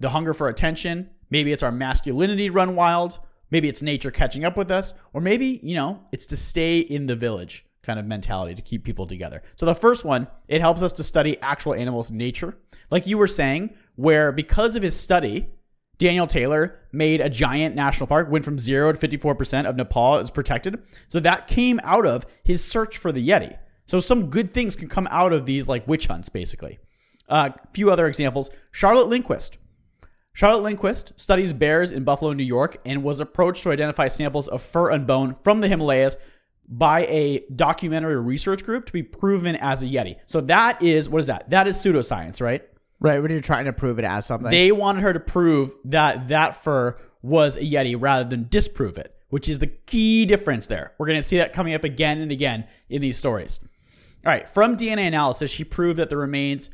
the hunger for attention. Maybe it's our masculinity run wild. Maybe it's nature catching up with us. Or maybe, you know, it's to stay in the village kind of mentality to keep people together. So the first one, it helps us to study actual animals' nature. Like you were saying, where because of his study, Daniel Taylor made a giant national park, went from zero to 54% of Nepal is protected. So that came out of his search for the Yeti. So some good things can come out of these like witch hunts, basically. A few other examples. Charlotte Lindquist, Charlotte Lindquist studies bears in Buffalo, New York, and was approached to identify samples of fur and bone from the Himalayas by a documentary research group to be proven as a Yeti. So that is what is that? That is pseudoscience, right?
Right, when you're trying to prove it as something.
They wanted her to prove that that fur was a Yeti rather than disprove it, which is the key difference there. We're going to see that coming up again and again in these stories. All right, from DNA analysis, she proved that the remains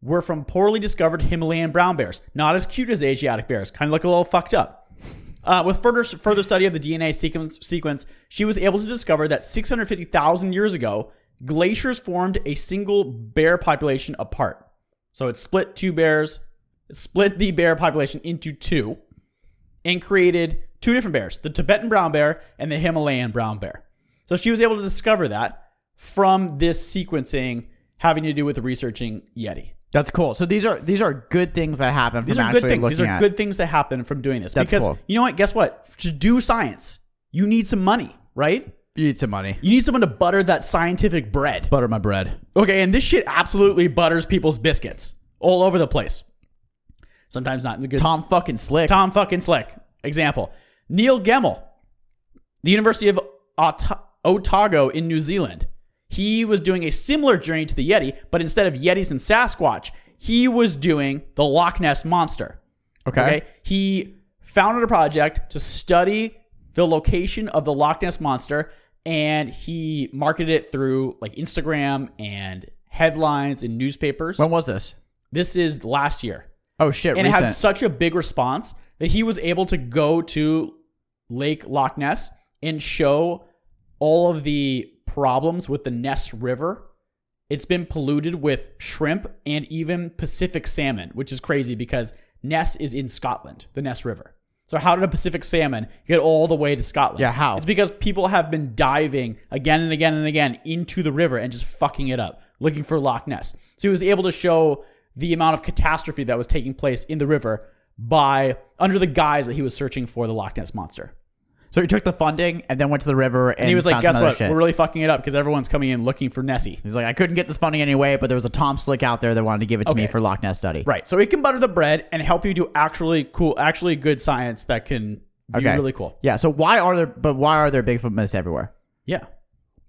were from poorly discovered Himalayan brown bears, not as cute as Asiatic bears, kind of look a little fucked up. Uh, with further further study of the DNA sequence, sequence, she was able to discover that 650,000 years ago, glaciers formed a single bear population apart. So it split two bears, it split the bear population into two, and created two different bears: the Tibetan brown bear and the Himalayan brown bear. So she was able to discover that from this sequencing having to do with researching Yeti.
That's cool. So these are these are good things that happen
These
from
are
actually
good things.
looking
These are
at.
good things that happen from doing this.
That's
because
cool.
you know what? Guess what? To do science, you need some money, right?
You need some money.
You need someone to butter that scientific bread.
Butter my bread.
Okay, and this shit absolutely butters people's biscuits all over the place. Sometimes not in a good
Tom fucking slick.
Tom fucking Slick. Example. Neil Gemmell, the University of Ota- Otago in New Zealand. He was doing a similar journey to the Yeti, but instead of Yetis and Sasquatch, he was doing the Loch Ness Monster.
okay.
Okay. He founded a project to study the location of the Loch Ness monster and he marketed it through like Instagram and headlines and newspapers.
When was this?
this is last year.
Oh shit!
And it
recent.
had such a big response that he was able to go to Lake Loch Ness and show all of the problems with the Ness River. It's been polluted with shrimp and even Pacific salmon, which is crazy because Ness is in Scotland, the Ness River. So how did a Pacific salmon get all the way to Scotland?
Yeah, how?
It's because people have been diving again and again and again into the river and just fucking it up, looking for Loch Ness. So he was able to show the amount of catastrophe that was taking place in the river by under the guise that he was searching for the Loch Ness monster.
So he took the funding and then went to the river and,
And he was like,
found
"Guess
some other
what?
shit.
We're really fucking it up because everyone's coming in looking for Nessie."
He's like, I couldn't get this funding anyway, but there was a Tom Slick out there that wanted to give it to me
Okay.
for Loch Ness study.
Right. So it can butter the bread and help you do actually cool, actually good science that can be
Okay.
really cool.
Yeah. So why are there? But why are there Bigfoot myths everywhere?
Yeah.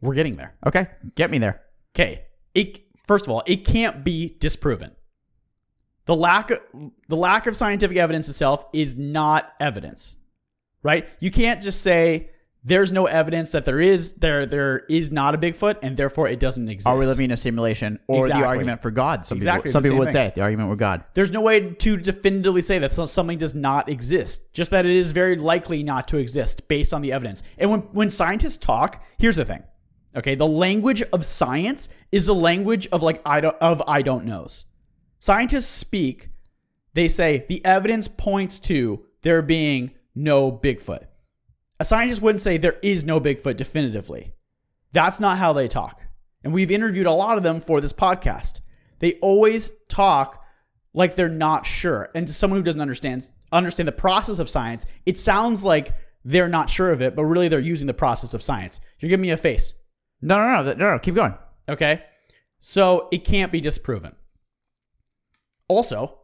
We're getting there.
Okay, get me there.
Okay. It first of all, it can't be disproven. The lack of, the lack of scientific evidence itself is not evidence. Right? You can't just say there's no evidence that there is there there is not a Bigfoot and therefore it doesn't exist.
Are we living in a simulation or
Exactly.
the argument for God? Some
Exactly
people, some
the
people
same
would
thing.
say the argument for God.
There's no way to definitively say that so- something does not exist, just that it is very likely not to exist based on the evidence. And when, when scientists talk, here's the thing. Okay, the language of science is the language of like I don't of I don't knows. Scientists speak, they say the evidence points to there being no Bigfoot. A scientist wouldn't say there is no Bigfoot definitively. That's not how they talk. And we've interviewed a lot of them for this podcast. They always talk like they're not sure. And to someone who doesn't understand understand the process of science, it sounds like they're not sure of it, but really they're using the process of science. You're giving me a face.
No, no, no, no, no. Keep going.
Okay. So it can't be disproven. Also,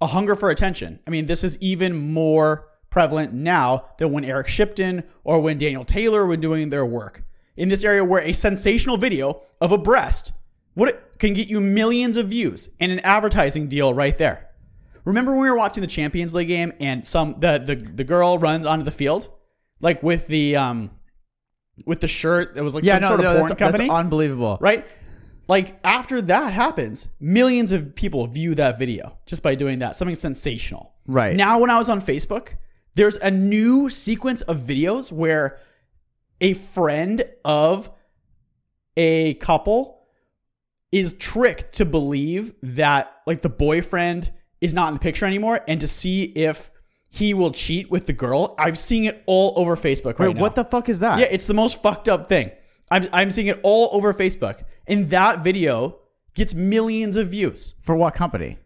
a hunger for attention. I mean, this is even more prevalent now than when Eric Shipton or when Daniel Taylor were doing their work in this area where a sensational video of a breast what can get you millions of views and an advertising deal right there. Remember when we were watching the Champions League game and some the the, the girl runs onto the field like with the um with the shirt that was like
Yeah,
some
no,
sort of
no,
porn
that's,
company
that's unbelievable.
right? Like after that happens, millions of people view that video just by doing that. Something sensational.
Right.
Now when I was on Facebook, there's a new sequence of videos where a friend of a couple is tricked to believe that like the boyfriend is not in the picture anymore and to see if he will cheat with the girl. I've seen it all over Facebook right
Wait,
now.
what the fuck is that?
Yeah, it's the most fucked up thing. I'm, I'm seeing it all over Facebook. And that video gets millions of views.
For what company?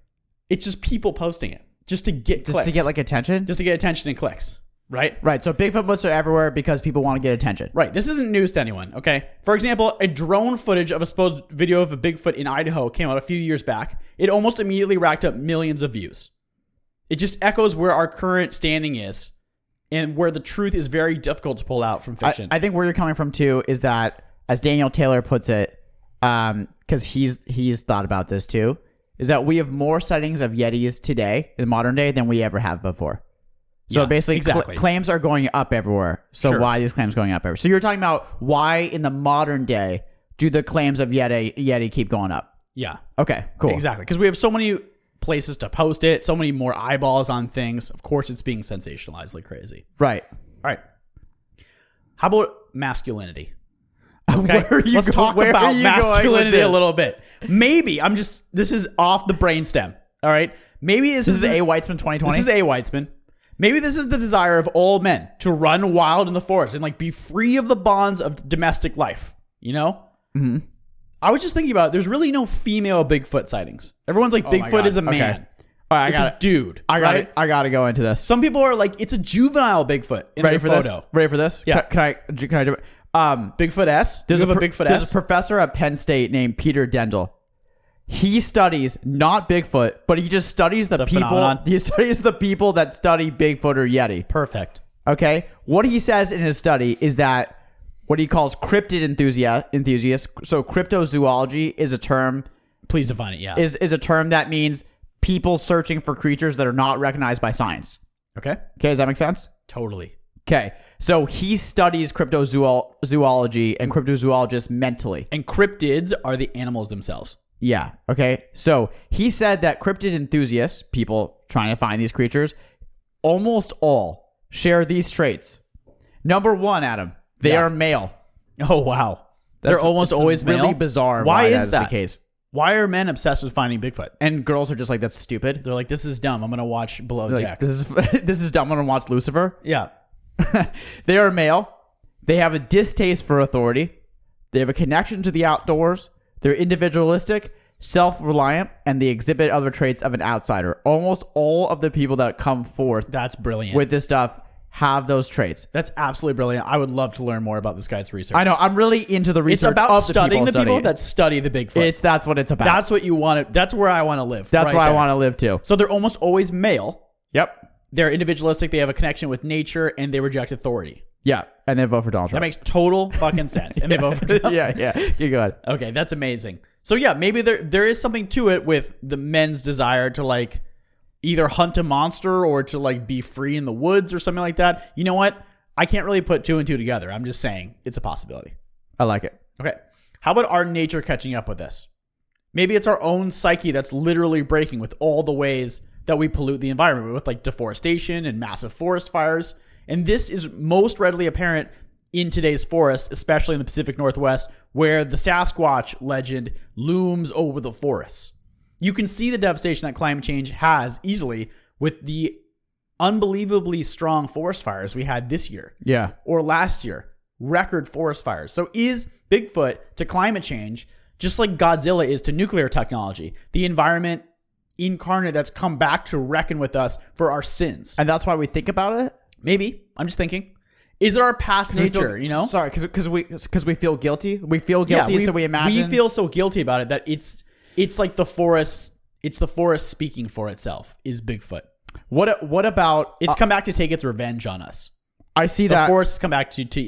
It's just people posting it just to get
Just
clicks.
to get like attention?
just to get attention and clicks, right?
right. So Bigfoot myths are everywhere because people want to get attention.
Right. This isn't news to anyone, okay? For example, a drone footage of a supposed video of a Bigfoot in Idaho came out a few years back. It almost immediately racked up millions of views. It just echoes where our current standing is and where the truth is very difficult to pull out from
I,
fiction.
I think where you're coming from too is that, as Daniel Taylor puts it, because he's he's thought about this too, is that we have more sightings of Yetis today in modern day than we ever have before. So
Yeah,
basically, cl-
exactly.
claims are going up everywhere. So
Sure.
why are these claims going up everywhere? So you're talking about why in the modern day do the claims of Yeti Yeti keep going up?
yeah.
Okay, cool.
Exactly. Because we have so many places to post it, so many more eyeballs on things. Of course, it's being sensationalized like crazy.
Right.
All right. How about masculinity?
Where are you
Let's
go-
talk
where are
about
you going with
masculinity a
this?
little bit. Maybe I'm just this is off the brainstem. All right. Maybe this,
This is A. Weitzman 2020.
this is a Weitzman. Maybe this is the desire of all men to run wild in the forest and like be free of the bonds of domestic life. You know. Mm-hmm. I was just thinking about it. there's really no female Bigfoot sightings. Everyone's like
Oh my
Bigfoot
God.
is a
Okay.
man.
All right, I
It's
got
a
it.
dude.
I got
right?
it. I got to go into this.
Some people are like, it's a juvenile Bigfoot. In
Ready
their
for
photo.
this? Ready for this?
Yeah.
Can, can I? Can I do it? Um,
Bigfoot S. There's a,
pr-
Bigfoot
there's
S.
a professor at Penn State named Peter Dendel. He studies not Bigfoot, but he just studies the, people.
phenomenon.
He studies the people that study Bigfoot or Yeti.
Perfect.
Okay, what he says in his study is that what he calls cryptid enthusia- enthusiasts. So cryptozoology is a term
Please define it. Yeah.
is is a term that means people searching for creatures that are not recognized by science.
okay.
Okay, does that make sense?
Totally.
Okay, so he studies cryptozoology and cryptozoologists mentally.
And cryptids are the animals themselves.
Yeah. Okay. So he said that cryptid enthusiasts, people trying to find these creatures, almost all share these traits. Number one, Adam, they
Yeah.
are male.
Oh wow.
That's-
They're almost
it's
always
really
male.
bizarre.
Why, is
that
that?
the case?
Why are men obsessed with finding Bigfoot?
And girls are just like, that's stupid.
They're like, this is dumb. I'm gonna watch Below
Like,
Deck.
this is this is dumb. I'm gonna watch Lucifer.
yeah.
they are male. They have a distaste for authority. They have a connection to the outdoors. They're individualistic. self reliant, and they exhibit other traits of an outsider. Almost all of the people that come forth
That's brilliant.
with this stuff have those traits.
That's absolutely brilliant. I would love to learn more about this guy's research.
I know. I'm really into the
It's
research
about
of
studying
the people, studying.
that study the Bigfoot.
it's that's what it's about. That's,
that's what you want to. That's where I want to live. right
what I
there.
want to live to.
So they're almost always male.
Yep.
They're individualistic. They have a connection with nature, and they reject authority.
Yeah. And then vote for Donald
That
Trump.
makes total fucking sense. And they vote for Trump.
yeah, yeah. You go ahead.
Okay, that's amazing. So yeah, maybe there there is something to it with the men's desire to like either hunt a monster or to like be free in the woods or something like that. You know what? I can't really put two and two together. I'm just saying it's a possibility.
I like it.
Okay. How about our nature catching up with us? Maybe it's our own psyche that's literally breaking with all the ways that we pollute the environment with like deforestation and massive forest fires. And this is most readily apparent in today's forests, especially in the Pacific Northwest, where the Sasquatch legend looms over the forests. You can see the devastation that climate change has easily with the unbelievably strong forest fires we had this year
Yeah.
or last year, record forest fires. So is Bigfoot to climate change just like Godzilla is to nuclear technology, the environment incarnate that's come back to reckon with us for our sins?
And that's why we think about it.
Maybe. I'm just thinking. Is it our past
We feel-
nature, you know?
Sorry, because we because we feel guilty. We feel guilty, so we imagine.
we feel so guilty about it that it's it's like the forest it's the forest speaking for itself is Bigfoot.
What what about?
It's come back to take its revenge on us.
I see
The
Uh, that.
forest has come back to to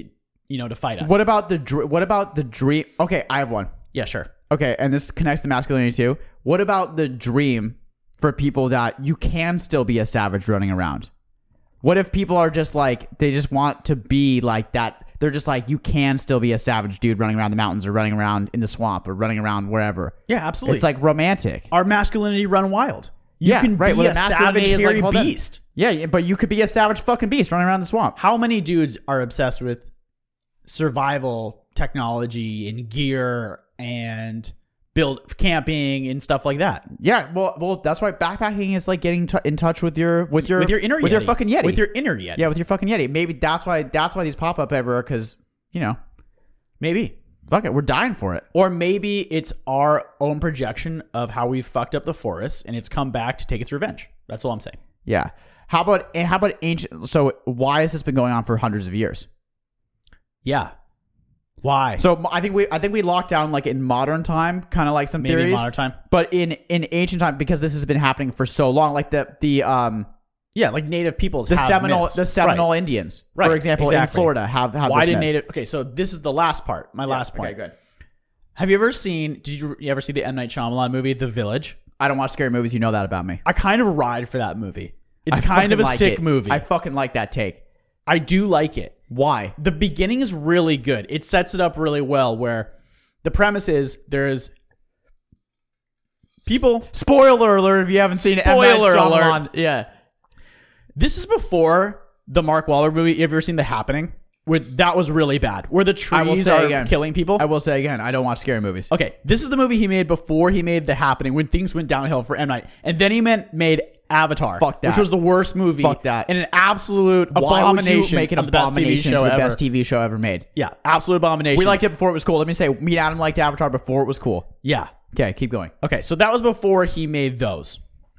you know to fight us.
What about the dr- what about the dream? Okay, I have one.
yeah, sure.
Okay, and this connects to masculinity too. What about the dream for people that you can still be a savage running around? What if people are just like they just want to be like that? They're just like you can still be a savage dude running around the mountains or running around in the swamp or running around wherever.
Yeah, absolutely.
It's like romantic.
our masculinity run wild. You
yeah,
can
right.
be
well,
a savage,
masculinity is
hairy
hold on.
beast.
Yeah, yeah, but you could be a savage fucking beast running around the swamp.
How many dudes are obsessed with survival technology and gear and build camping and stuff like that?
Yeah, well, well, that's why backpacking is like getting t- in touch with your with your
With your inner
with
yeti.
your fucking yeti.
With your inner yeti.
yeah, with your fucking yeti. Maybe that's why that's why these pop up everywhere because you know,
Maybe.
fuck it, we're dying for it.
Or maybe it's our own projection of how we fucked up the forest and it's come back to take its revenge. That's all I'm saying.
Yeah. How about and how about ancient? So why has this been going on for hundreds of years?
Yeah. Why?
So m- I think we I think we locked down like in modern time, kind of like some
maybe
theories.
modern time.
but in in ancient time, because this has been happening for so long, like the the um
Yeah, like native peoples.
the
have
Seminole
myths.
the
Right.
Seminole Indians,
Right,
for example,
exactly.
in Florida have have
Why
this
did
myth.
native? Okay, so this is the last part. My last point.
Okay, good.
Have you ever seen? Did you, you ever see the M Night Shyamalan movie, The Village?
I don't watch scary movies. You know that about me.
I kind of ride for that movie. It's
I
kind of
fucking
a
like
sick
it.
movie.
I
I,
fucking like that take.
do like it.
Why?
The beginning is really good. It sets it up really well. Where the premise is there's people.
Spoiler alert! If you haven't seen it, M. Night
Spoiler alert.
Shyamalan- Yeah,
This is before the Mark Wahlberg movie. Have you ever seen The Happening? Where that was really bad. Where the
I will
trees
say
are
again.
killing people.
I will say again, I don't watch scary movies.
Okay, this is the movie he made before he made The Happening, when things went downhill for M Night, and then he meant, made Avatar,
Fuck that.
which was the worst movie,
Fuck that.
and an absolute
Why would
abomination.
you make an
of the best TV
abomination
show
to the
ever.
best TV show ever made?
yeah, absolute abomination.
We liked it before it was cool. Let me say, me and Adam liked Avatar before it was cool.
yeah.
Okay, keep going.
Okay, so that was before he made those.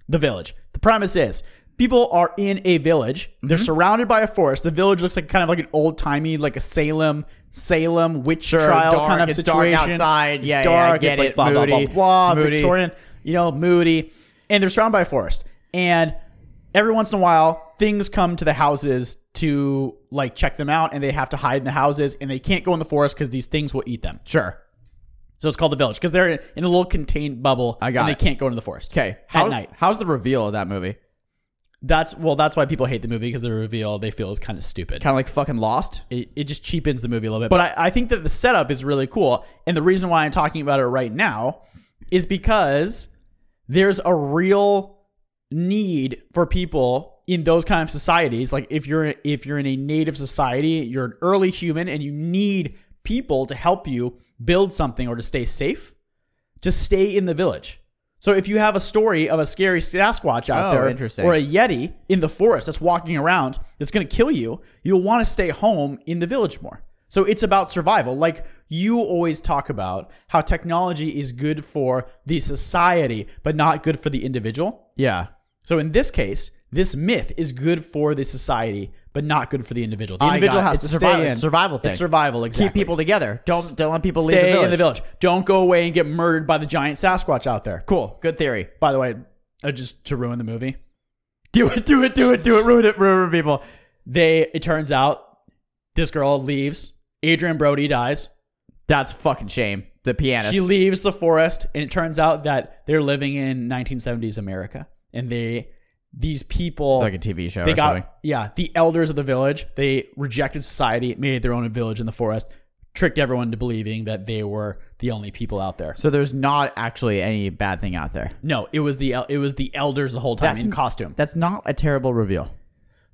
The village. The premise is people are in a village. They're
Mm-hmm.
surrounded by a forest. The village looks like kind of like an old timey, like a Salem, Salem witch trial
dark,
kind of
it's dark
situation.
outside.
It's
Yeah, yeah, I
dark.
get
it's like
it.
blah, blah
Moody.
blah blah
Moody.
Victorian, you know, moody. And they're surrounded by a forest. And every once in a while, things come to the houses to like check them out, and they have to hide in the houses, and they can't go in the forest because these things will eat them.
Sure.
So it's called the village because they're in a little contained bubble.
I got
and
it.
They can't go into the forest.
Okay.
How-
How's the reveal of that movie?
That's well. That's why people hate the movie because the reveal they feel is kind of stupid.
Kind of like fucking Lost.
It, it just cheapens the movie a little bit. But I, I think that the setup is really cool, and the reason why I'm talking about it right now is because there's a real need for people in those kind of societies. Like if you're if you're in a native society, you're an early human, and you need people to help you build something or to stay safe, to stay in the village. So if you have a story of a scary Sasquatch out
Oh,
there,
interesting.
or a Yeti in the forest that's walking around that's going to kill you, you'll want to stay home in the village more. So it's about survival. Like You always talk about how technology is good for the society, but not good for the individual.
Yeah.
So in this case, this myth is good for the society, but not good for the individual. The
I got
individual
it.
has
It's
to
a survival-
stay in
it's a survival thing.
It's survival. Exactly.
Keep people together. Don't don't let people
stay
leave the village.
in the village. Don't go away and get murdered by the giant Sasquatch out there.
Cool. Good theory.
By the way, uh, just to ruin the movie,
Do it. Do it. Do it. Do it. Ruin it. Ruin it, people.
they it turns out this girl leaves. Adrian Brody dies.
That's fucking shame. The pianist.
She leaves the forest, and it turns out that they're living in 1970s America, and they these people
like a TV show.
they
or
got
something.
yeah the elders of the village they rejected society made their own village in the forest tricked everyone to believing that they were the only people out there
So there's not actually any bad thing out there.
no it was the el- it was the elders the whole time
That's-
in costume
That's not a terrible reveal.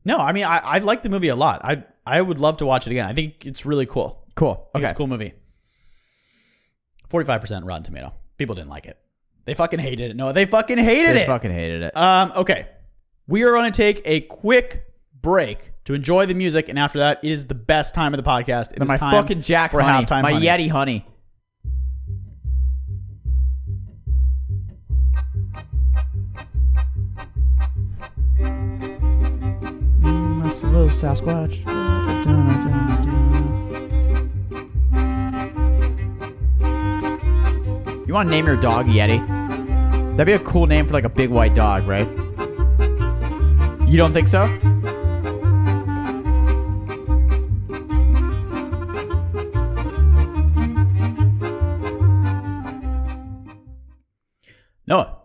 no i mean i i like the movie a lot i i would love to watch it again i think it's really cool
Cool.
I think
Okay.
it's a cool movie 45% rotten tomato people didn't like it they fucking hated it no they fucking hated
They
it
fucking hated it. Uh,
Um, okay. We are going to take a quick break to enjoy the music, and after that, it is the best time of the podcast. It is
my
time
fucking Jack
for
honey.
halftime
my
honey.
Yeti honey. That's a little Sasquatch. You want to name your dog Yeti? That'd be a cool name for like a big white dog, right? You don't think so?
Noah,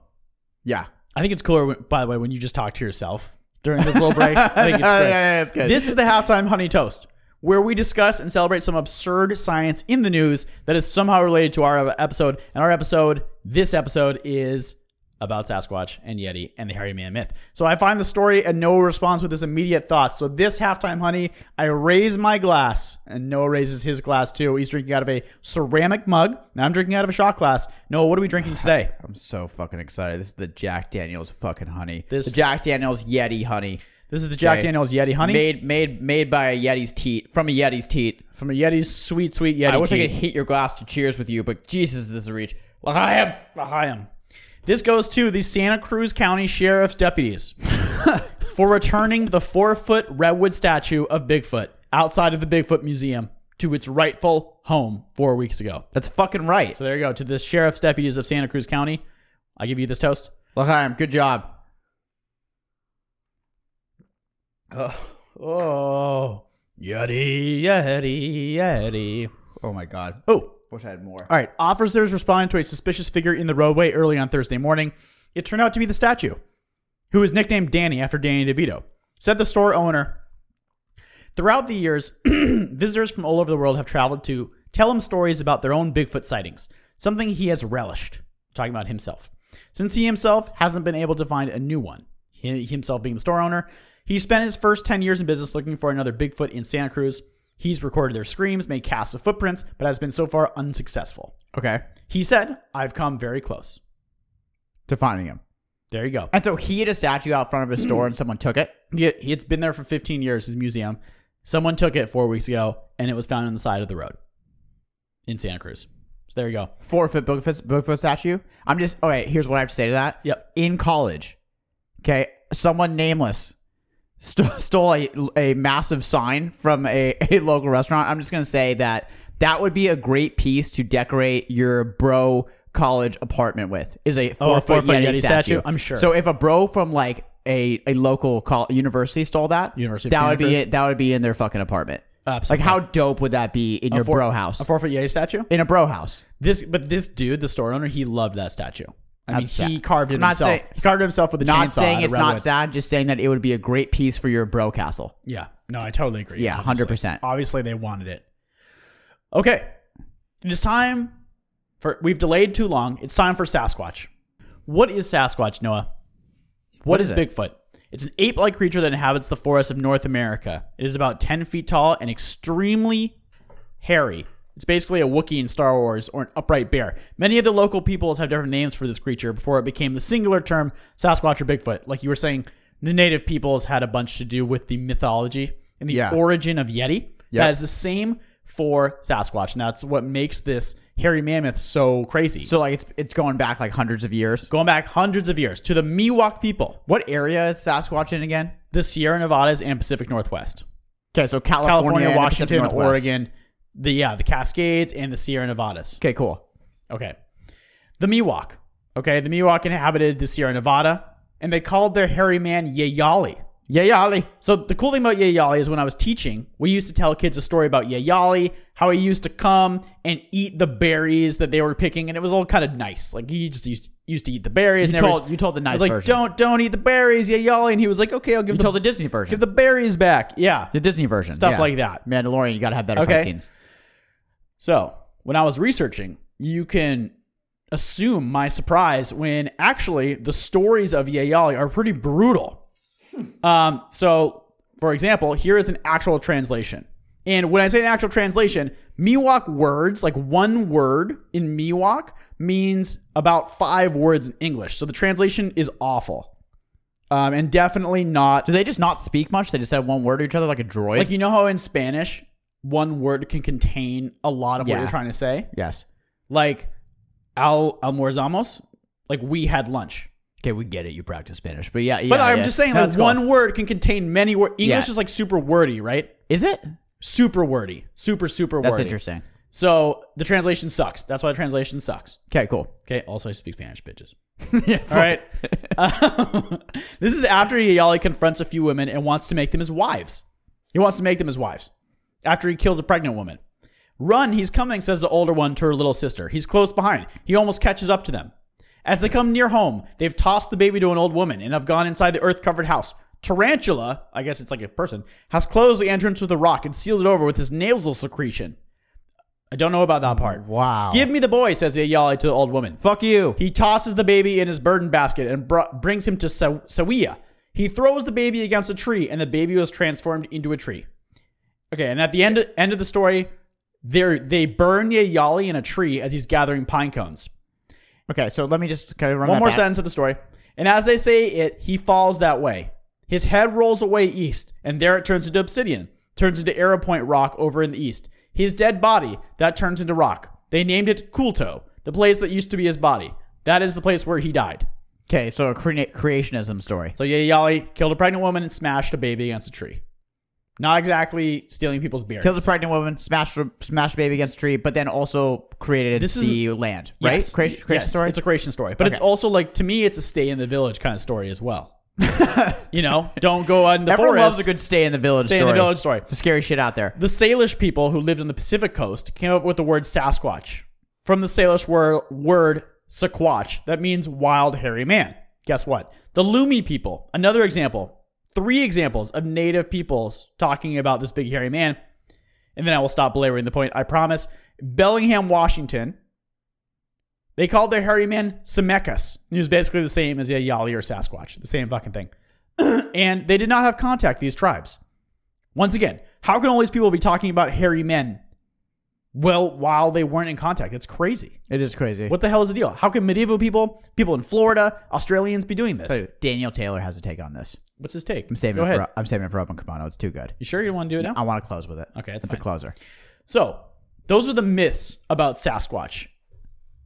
Yeah.
I think it's cooler, when, by the way, when you just talk to yourself during this little break. I think it's
Yeah,
great.
yeah, it's good.
This is the halftime honey toast, where we discuss and celebrate some absurd science in the news that is somehow related to our episode. And our episode, this episode, is about Sasquatch and Yeti and the hairy man myth. So I find the story and no response with his immediate thoughts. So this halftime honey, I raise my glass and Noah raises his glass too. He's drinking out of a ceramic mug and I'm drinking out of a shot glass. Noah, what are we drinking today?
I'm so fucking excited. This is the Jack Daniels fucking honey.
This-
This the Jack Daniels Yeti honey.
This is the Jack
Okay.
Daniels Yeti honey
Made made made by a Yeti's teat from a Yeti's teat.
from a Yeti's sweet, sweet Yeti.
I wish I
tea.
could hit your glass to cheers with you, but Jesus, this is a reach. Like I am.
Lahayim. This goes to the Santa Cruz County Sheriff's deputies for returning the four foot redwood statue of Bigfoot outside of the Bigfoot Museum to its rightful home four weeks ago.
That's fucking right.
So there you go. To the Sheriff's deputies of Santa Cruz County, I give you this toast.
Like I am. Good job.
Oh, yeti, yeti, yeti.
Oh my god.
Oh,
Wish I had more.
All right, officers responded to a suspicious figure in the roadway early on Thursday morning. It turned out to be the statue, who was nicknamed Danny after Danny DeVito, said the store owner. Throughout the years, visitors from all over the world have traveled to tell him stories about their own Bigfoot sightings, something he has relished, talking about himself. Since he himself hasn't been able to find a new one, he himself being the store owner, he spent his first 10 years in business looking for another Bigfoot in Santa Cruz. He's recorded their screams, made casts of footprints, but has been so far unsuccessful.
Okay.
He said, I've come very close.
Defining him.
There you go.
And so he had a statue out front of his store, and someone took it.
Yeah, It's been there for 15 years, his museum. Someone took it four weeks ago, and it was found on the side of the road in Santa Cruz. So there you go.
four foot Bigfoot, Bigfoot statue. I'm just all right. Here's what I have to say to that.
Yep.
In college, okay, someone nameless st- stole a, a massive sign from a, a local restaurant. I'm just gonna say that that would be a great piece to decorate your bro college apartment with. Is a
Oh,
four
a
foot
four-foot
Yeti,
Yeti
statue.
statue? I'm sure.
So if a bro from like a, a local col- university stole that,
University of
that
Santa
would be
Cruz?
it. That would be in their fucking apartment. Like
Absolutely.
how dope would that be in your
four-
bro house?
A four foot Yeti statue?
in a bro house.
This, but this dude, the store owner, he loved that statue. I mean,
That's sad.
he carved it
I'm not
himself.
saying-
he carved it himself with a
not
chainsaw.
saying
out of
it's not
redwood.
sad, just saying that it would be a great piece for your bro castle.
Yeah. No, I totally agree.
Yeah,
Obviously.
100%.
Obviously, they wanted it. Okay. It is time for. We've delayed too long. It's time for Sasquatch. What is Sasquatch, Noah? what
What
is,
is it?
Bigfoot? It's an ape like creature that inhabits the forests of North America. It is about 10 feet tall and extremely hairy. It's basically a Wookiee in Star Wars or an upright bear. Many of the local peoples have different names for this creature before it became the singular term Sasquatch or Bigfoot. Like you were saying, the native peoples had a bunch to do with the mythology and the
Yeah.
origin of Yeti. That is the same for Sasquatch, and that's what makes this hairy mammoth so crazy. So
So like it's it's going back like hundreds of years.
going back hundreds of years to the Miwok people,
What area is Sasquatch in again?
the Sierra Nevadas and Pacific Northwest,
Okay, so California,
California,
and the Pacific
Washington,
Northwest.
Oregon, the yeah, the Cascades and the Sierra Nevadas.
Okay, cool.
Okay. The Miwok. Okay, the Miwok inhabited the Sierra Nevada, and they called their hairy man Yayali.
Yeah, yeah, Ali.
So the cool thing about Yayali is when I was teaching, we used to tell kids a story about Yayali, how he used to come and eat the berries that they were picking, and it was all kind of nice. Like he just used used to eat the berries.
You
and every-
told you told the
I
nice
was like,
version.
don't don't eat the berries, Yayali, and he was like, okay, I'll give
you
the
told the Disney version.
give the berries back. Yeah,
the Disney version.
stuff
yeah.
like that.
Mandalorian, you gotta have better
Okay.
fight scenes.
So when I was researching, you can assume my surprise when actually the stories of Yayali are pretty brutal.
Hmm.
Um, so, for example, here is an actual translation. And when I say an actual translation, Miwok words, like one word in Miwok, means about five words in English. So the translation is awful. Um, and definitely not
Do they just not speak much? They just said one word to each other like a droid.
like you know how in Spanish one word can contain a lot of what
Yeah.
you're trying to say?
yes.
like al almorzamos like we had lunch
Okay, we get it. You practice Spanish, but yeah, yeah
but i'm
yeah.
just saying
No,
like
it's cool.
one word can contain many words english
Yeah.
is like super wordy right
Is it?
super wordy super super
That's
wordy
interesting.
so the translation sucks that's why the translation sucks
Okay, cool.
okay also i speak spanish bitches
yeah,
all right Um, this is after yayali confronts a few women and wants to make them his wives he wants to make them his wives after he kills a pregnant woman Run, he's coming, says the older one to her little sister. He's close behind. He almost catches up to them. As they come near home, they've tossed the baby to an old woman and have gone inside the earth covered house. Tarantula, I guess it's like a person, has closed the entrance with a rock and sealed it over with his nasal secretion. I don't know about that part.
Wow.
Give me the boy, says Yayali to the old woman.
Fuck you.
He tosses the baby in his burden basket and br- brings him to Sa- Sawiya. He throws the baby against a tree, and the baby was transformed into a tree. Okay, and at the end end of the story, they they burn Yayali in a tree as he's gathering pine cones.
Okay, so let me just kind of run
One
that
more
back.
sentence of the story. And as they say it, he falls that way. His head rolls away east, and there it turns into obsidian, turns into Arrow Point Rock over in the east. His dead body, that turns into rock. They named it Kulto, the place that used to be his body. That is the place where he died.
Okay, so a cre- creationism story.
So Yayali killed a pregnant woman and smashed a baby against a tree. Not exactly stealing people's berries.
Killed a pregnant woman, smashed smashed baby against a tree, but then also created
This is-
the land, right?
Yes.
Creation, creation
Yes,
story.
It's a creation story, but it's
Okay.
also like to me, it's a stay in the village kind of story as well. you know, don't go out in the
Everyone
forest.
loves a good stay in the village
stay in
story.
the village story.
It's the scary shit out there.
The Salish people who lived on the Pacific coast came up with the word Sasquatch from the Salish wor- word Sequatch that means wild hairy man. Guess what? The Lumi people, another example, three examples of native peoples talking about this big hairy man. And then I will stop belaboring the point, I promise. Bellingham, Washington, they called their hairy man Semekas. He was basically the same as a Yali or Sasquatch, the same fucking thing. and they did not have contact, these tribes. Once again, how can all these people be talking about hairy men? Well, while they weren't in contact, it's crazy.
It is crazy.
What the hell is the deal? How can medieval people, people in Florida, Australians be doing
So
this?
Daniel Taylor has a take on this.
What's his take?
I'm saving.
Go
it
ahead.
For, uh, I'm saving it for Open Kimono. It's too good.
You sure you want to do it now?
I want to close with it.
Okay, that's
it's a
fine.
closer.
So, those are the myths about Sasquatch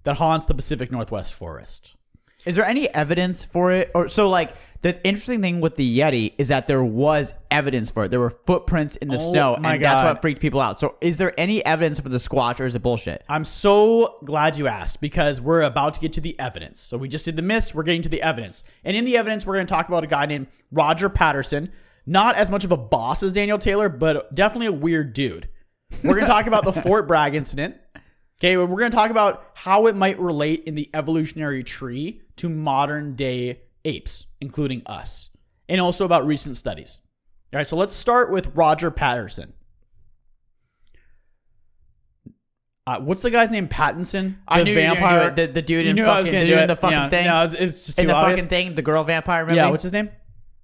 that haunts the Pacific Northwest forest.
Is there any evidence for it? Or so like the interesting thing with the Yeti is that there was evidence for it. There were footprints in the
Oh
snow, and
my
that's
God.
what freaked people out. So is there any evidence for the Squatch, or is it bullshit?
I'm so glad you asked because we're about to get to the evidence. So we just did the myths, we're getting to the evidence. And in the evidence, we're going to talk about a guy named Roger Patterson. Not as much of a boss as Daniel Taylor, but definitely a weird dude. We're going to talk about the Fort Bragg incident. Okay, we're going to talk about how it might relate in the evolutionary tree to modern day apes, including us, and also about recent studies. All right, so let's start with Roger Patterson. Uh, what's the guy's name? Pattinson, the
knew you were gonna do it. The, the dude
You
in
knew I was
fucking,
gonna
the
do
dude in
it.
the fucking
Yeah,
thing.
No, it's, it's just too
in the
obvious.
fucking thing, the girl vampire. Remember?
yeah, what's his name?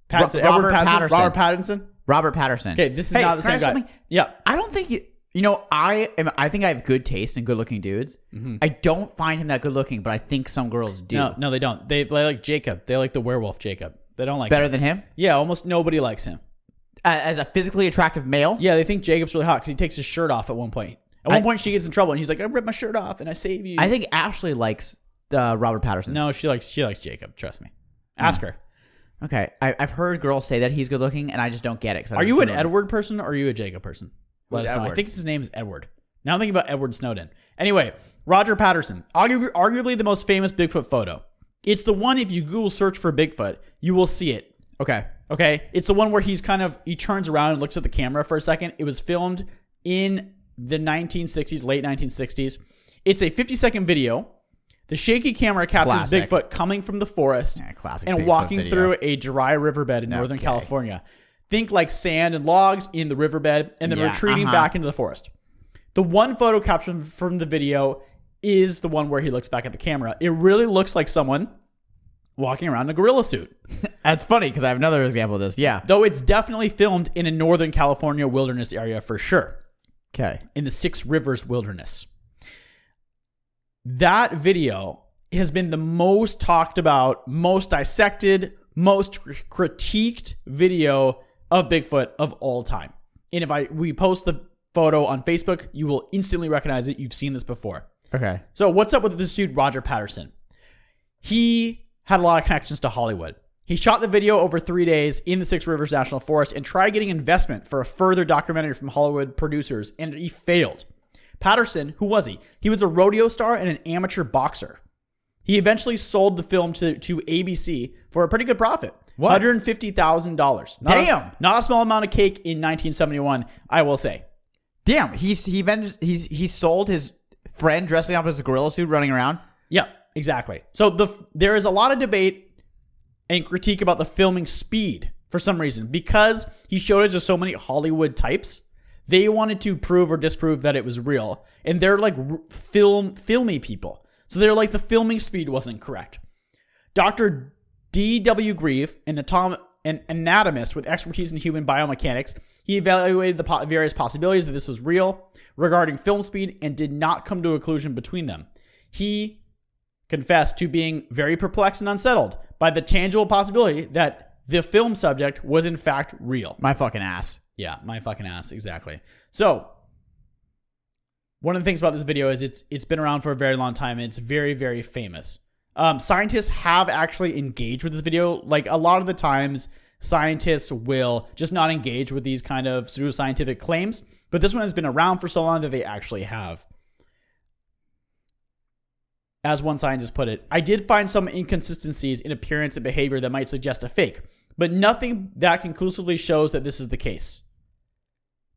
Pattinson.
Robert
Edward Pattinson.
Patterson.
Robert Pattinson.
Robert Patterson.
Okay, this is
Hey,
not the
can
same
I ask
guy.
something?
Yeah,
I don't think you. You know, I am. I think I have good taste in good-looking dudes. I don't find him that good-looking, but I think some girls do.
Mm-hmm. no, no, they don't. They, they like Jacob. They like the werewolf Jacob. They don't like
Better than him.
Yeah, almost nobody likes him.
as a physically attractive male.
Yeah, they think Jacob's really hot because he takes his shirt off at one point. At one point, she gets in trouble, and he's like, "I ripped my shirt off, and I save you."
I think Ashley likes uh, Robert Patterson.
no, she likes she likes Jacob. Trust me. Ask her.
Okay, I, I've heard girls say that he's good looking, and I just don't get it. 'cause I
Are
don't
you an
know.
Edward person or are you a Jacob person? Let
Who's
us know. I
Edward?
think his name is Edward. Now I'm thinking about Edward Snowden. Anyway, Roger Patterson, arguably, arguably the most famous Bigfoot photo. It's the one if you Google search for Bigfoot, you will see it.
Okay,
Okay, it's the one where he's kind of he turns around and looks at the camera for a second. It was filmed in the 1960s, late 1960s. It's a 50 second video. The shaky camera captures
Classic.
Bigfoot coming from the forest
Yeah, classic
and
Bigfoot
walking
video.
through a dry riverbed in Northern
Okay.
California. Think like sand and logs in the riverbed and then
Yeah,
retreating
uh-huh.
back into the forest. The one photo caption from the video is the one where he looks back at the camera. It really looks like someone walking around in a gorilla suit
that's funny because I have another example of this. Yeah.
though it's definitely filmed in a Northern California wilderness area for sure,
Okay.
in the Six Rivers Wilderness. That video has been the most talked about, most dissected, most cr- critiqued video of Bigfoot of all time. And if I we post the photo on Facebook, you will instantly recognize it. You've seen this before.
Okay.
So what's up with this dude Roger Patterson? He had a lot of connections to Hollywood. He shot the video over three days in the Six Rivers National Forest and tried getting investment for a further documentary from Hollywood producers, and he failed. Patterson, who was he? He was a rodeo star and an amateur boxer. He eventually sold the film to, to ABC for a pretty good profit.
What?
$150,000. Not a-
Damn.
not a small amount of cake in 1971, I will say.
Damn. He's he ven- he's he sold his friend dressing up as a gorilla suit running around.
Yeah, exactly. So the there is a lot of debate and critique about the filming speed for some reason because he showed it to so many Hollywood types. They wanted to prove or disprove that it was real, and they're like r- film filmy people. So they're like the filming speed wasn't correct. Dr. D.W. Grieve, an, atom- an anatomist with expertise in human biomechanics, he evaluated the po- various possibilities that this was real regarding film speed and did not come to a conclusion between them. He confessed to being very perplexed and unsettled by the tangible possibility that the film subject was in fact real.
My fucking ass.
Yeah, my fucking ass, exactly. So, one of the things about this video is it's it's been around for a very long time and it's very very famous. Um, scientists have actually engaged with this video. Like a lot of the times, scientists will just not engage with these kind of pseudoscientific claims. But this one has been around for so long that they actually have. As one scientist put it, I did find some inconsistencies in appearance and behavior that might suggest a fake, but nothing that conclusively shows that this is the case.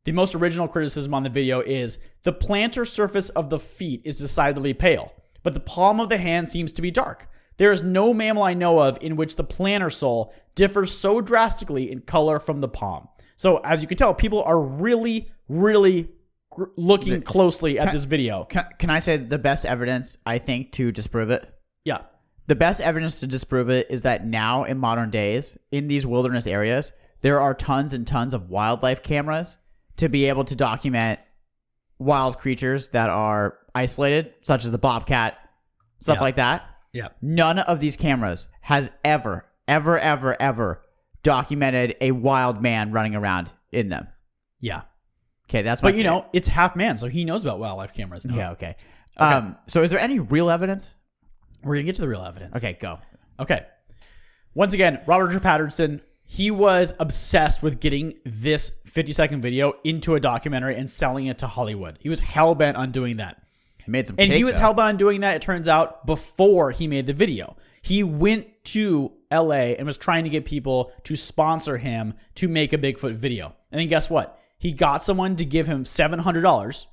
The most original criticism on the video is the plantar surface of the feet is decidedly pale, but the palm of the hand seems to be dark. There is no mammal I know of in which the plantar sole differs so drastically in color from the palm. So, as you can tell, people are really, really gr- looking closely at this video.
Can, can I say the best evidence I think to disprove it?
Yeah.
The best evidence to disprove it is that now in modern days, in these wilderness areas, there are tons and tons of wildlife cameras to be able to document wild creatures that are isolated, such as the bobcat, stuff
Yeah.
like that.
Yeah.
None of these cameras has ever, ever, ever, ever documented a wild man running around in them.
Yeah.
Okay, that's my
But, you know, it's half man, so he knows about wildlife cameras now.
yeah, okay. Um, so is there any real evidence?
We're going to get to the real evidence.
Okay, go.
Okay. Once again, Robert Patterson, he was obsessed with getting this 50 second video into a documentary and selling it to Hollywood. He was hell bent on doing that.
He made some,
And he
cake,
was
though.
hell bent on doing that, it turns out, before he made the video. He went to LA and was trying to get people to sponsor him to make a Bigfoot video. And then guess what? He got someone to give him $700,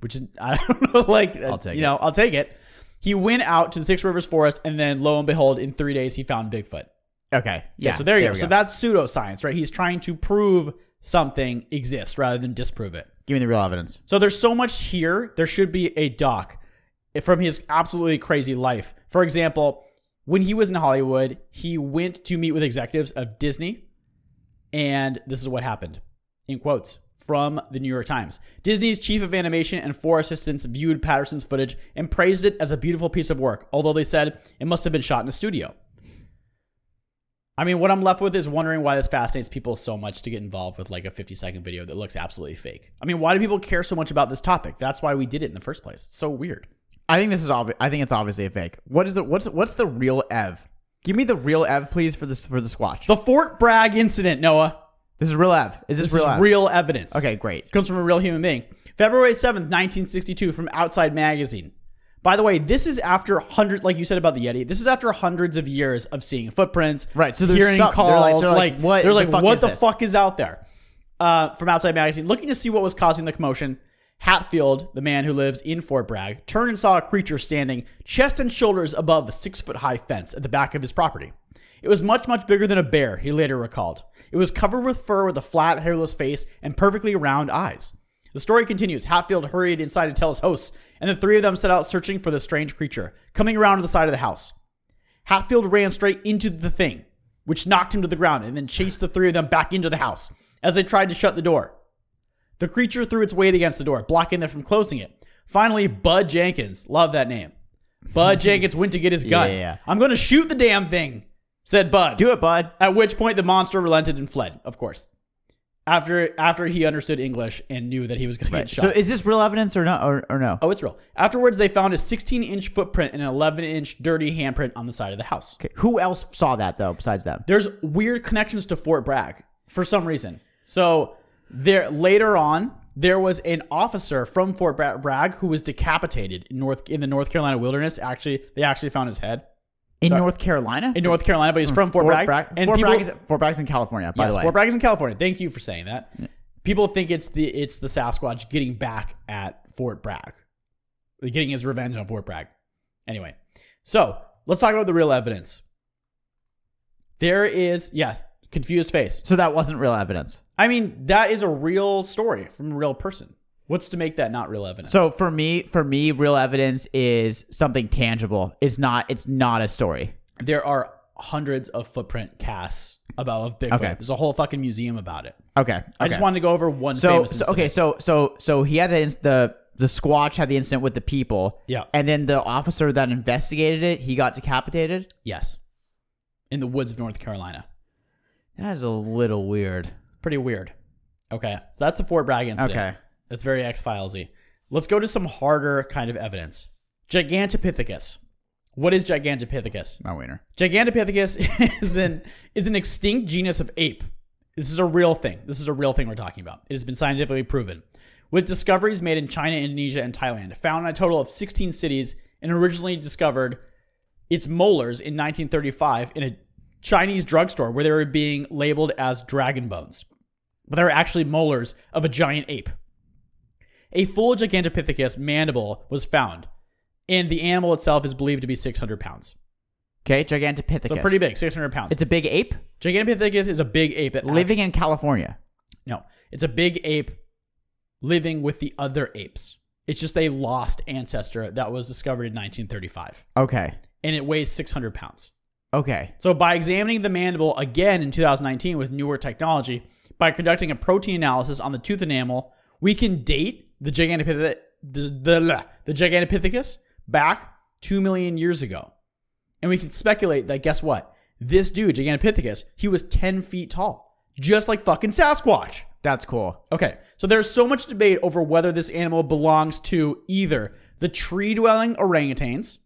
which is, I don't know, like, I'll
take
you
it.
know, I'll take it. He went out to the Six Rivers Forest, and then lo and behold, in three days, he found Bigfoot.
Okay,
Yeah, so there you go.
we
So that's pseudoscience, right? He's trying to prove something exists rather than disprove it.
Give me the real evidence.
So there's so much here. There should be a doc from his absolutely crazy life. For example, when he was in Hollywood, he went to meet with executives of Disney, and this is what happened. In quotes from the New York Times, Disney's chief of animation and four assistants viewed Patterson's footage and praised it as a beautiful piece of work. Although they said it must have been shot in a studio. I mean, what I'm left with is wondering why this fascinates people so much to get involved with like a 50 second video that looks absolutely fake. I mean, why do people care so much about this topic? That's why we did it in the first place. It's so weird.
I think this is obvi- I think it's obviously a fake. What is the what's what's the real Ev? Give me the real Ev, please, for this for the squatch.
The Fort Bragg incident, Noah.
This is real Ev. Is this,
This
real
is
Ev?
real evidence.
Okay, great.
comes from a real human being. February 7th, 1962, from Outside Magazine. By the way, this is after hundred, like you said about the Yeti. This is after hundreds of years of seeing footprints,
Right, so there's
hearing
some- they're like-
calls,
they're like, what
they're
the
like,
fuck
what
is
the
this?
fuck is out there? Uh, from Outside Magazine, looking to see what was causing the commotion, Hatfield, the man who lives in Fort Bragg, turned and saw a creature standing chest and shoulders above a six foot high fence at the back of his property. It was much, much bigger than a bear, he later recalled. It was covered with fur with a flat, hairless face and perfectly round eyes. The story continues. Hatfield hurried inside to tell his hosts, and the three of them set out searching for the strange creature, coming around to the side of the house. Hatfield ran straight into the thing, which knocked him to the ground, and then chased the three of them back into the house as they tried to shut the door. The creature threw its weight against the door, blocking them from closing it. Finally, Bud Jenkins, love that name. Bud Jenkins went to get his gun.
Yeah.
I'm going to shoot the damn thing, said Bud.
Do it, bud.
At which point the monster relented and fled, of course. After after he understood English and knew that he was going to get shot.
So is this real evidence or not or, or no?
oh, it's real. Afterwards, they found a 16 inch footprint and an 11 inch dirty handprint on the side of the house.
Okay. Who else saw that though besides them?
There's weird connections to Fort Bragg for some reason. So there later on, there was an officer from Fort Bra- Bragg who was decapitated in North in the North Carolina wilderness. Actually, they actually found his head
In North Carolina?
in North Carolina, but he's from Fort, Bragg. And
Fort,
people-
Bragg is, Fort Bragg's in California, by
yes,
the way.
Fort Bragg is in California. Thank you for saying that. People think it's the it's the Sasquatch getting back at Fort Bragg, Like, getting his revenge on Fort Bragg. Anyway, so let's talk about the real evidence. There is yes, confused face.
so that wasn't real evidence.
I mean, that is a real story from a real person. What's to make that not real evidence?
So for me, for me, real evidence is something tangible. It's not. It's not a story.
there are hundreds of footprint casts about of Bigfoot.
Okay.
There's a whole fucking museum about it.
Okay. okay.
I just wanted to go over one.
So,
famous
so
incident.
okay. So so so he had the inc- the the squatch had the incident with the people.
Yeah.
And then the officer that investigated it, he got decapitated.
Yes, in the woods of North Carolina.
That is a little weird.
pretty weird. Okay, so that's the Fort Bragg incident.
Okay.
that's very X Filesy. Let's go to some harder kind of evidence. Gigantopithecus. What is Gigantopithecus?
My wiener.
Gigantopithecus is an is an extinct genus of ape. This is a real thing. This is a real thing we're talking about. It has been scientifically proven. With discoveries made in China, Indonesia, and Thailand, found in a total of 16 cities and originally discovered its molars in 1935 in a Chinese drugstore where they were being labeled as dragon bones. But they were actually molars of a giant ape. A full Gigantopithecus mandible was found, and the animal itself is believed to be 600 pounds.
Okay. Gigantopithecus.
So pretty big, 600 pounds.
It's a big ape
Gigantopithecus is a big ape. That
living in California.
act- no, it's a big ape living with the other apes. It's just a lost ancestor that was discovered in 1935,
Okay.
and it weighs 600 pounds.
Okay.
So by examining the mandible again in 2019 with newer technology, by conducting a protein analysis on the tooth enamel, we can date the Gigantopithecus, the, the, the Gigantopithecus back 2 million years ago. And we can speculate that guess what? This dude, Gigantopithecus, he was 10 feet tall, just like fucking Sasquatch.
That's cool.
Okay, so there's so much debate over whether this animal belongs to either the tree dwelling orangutans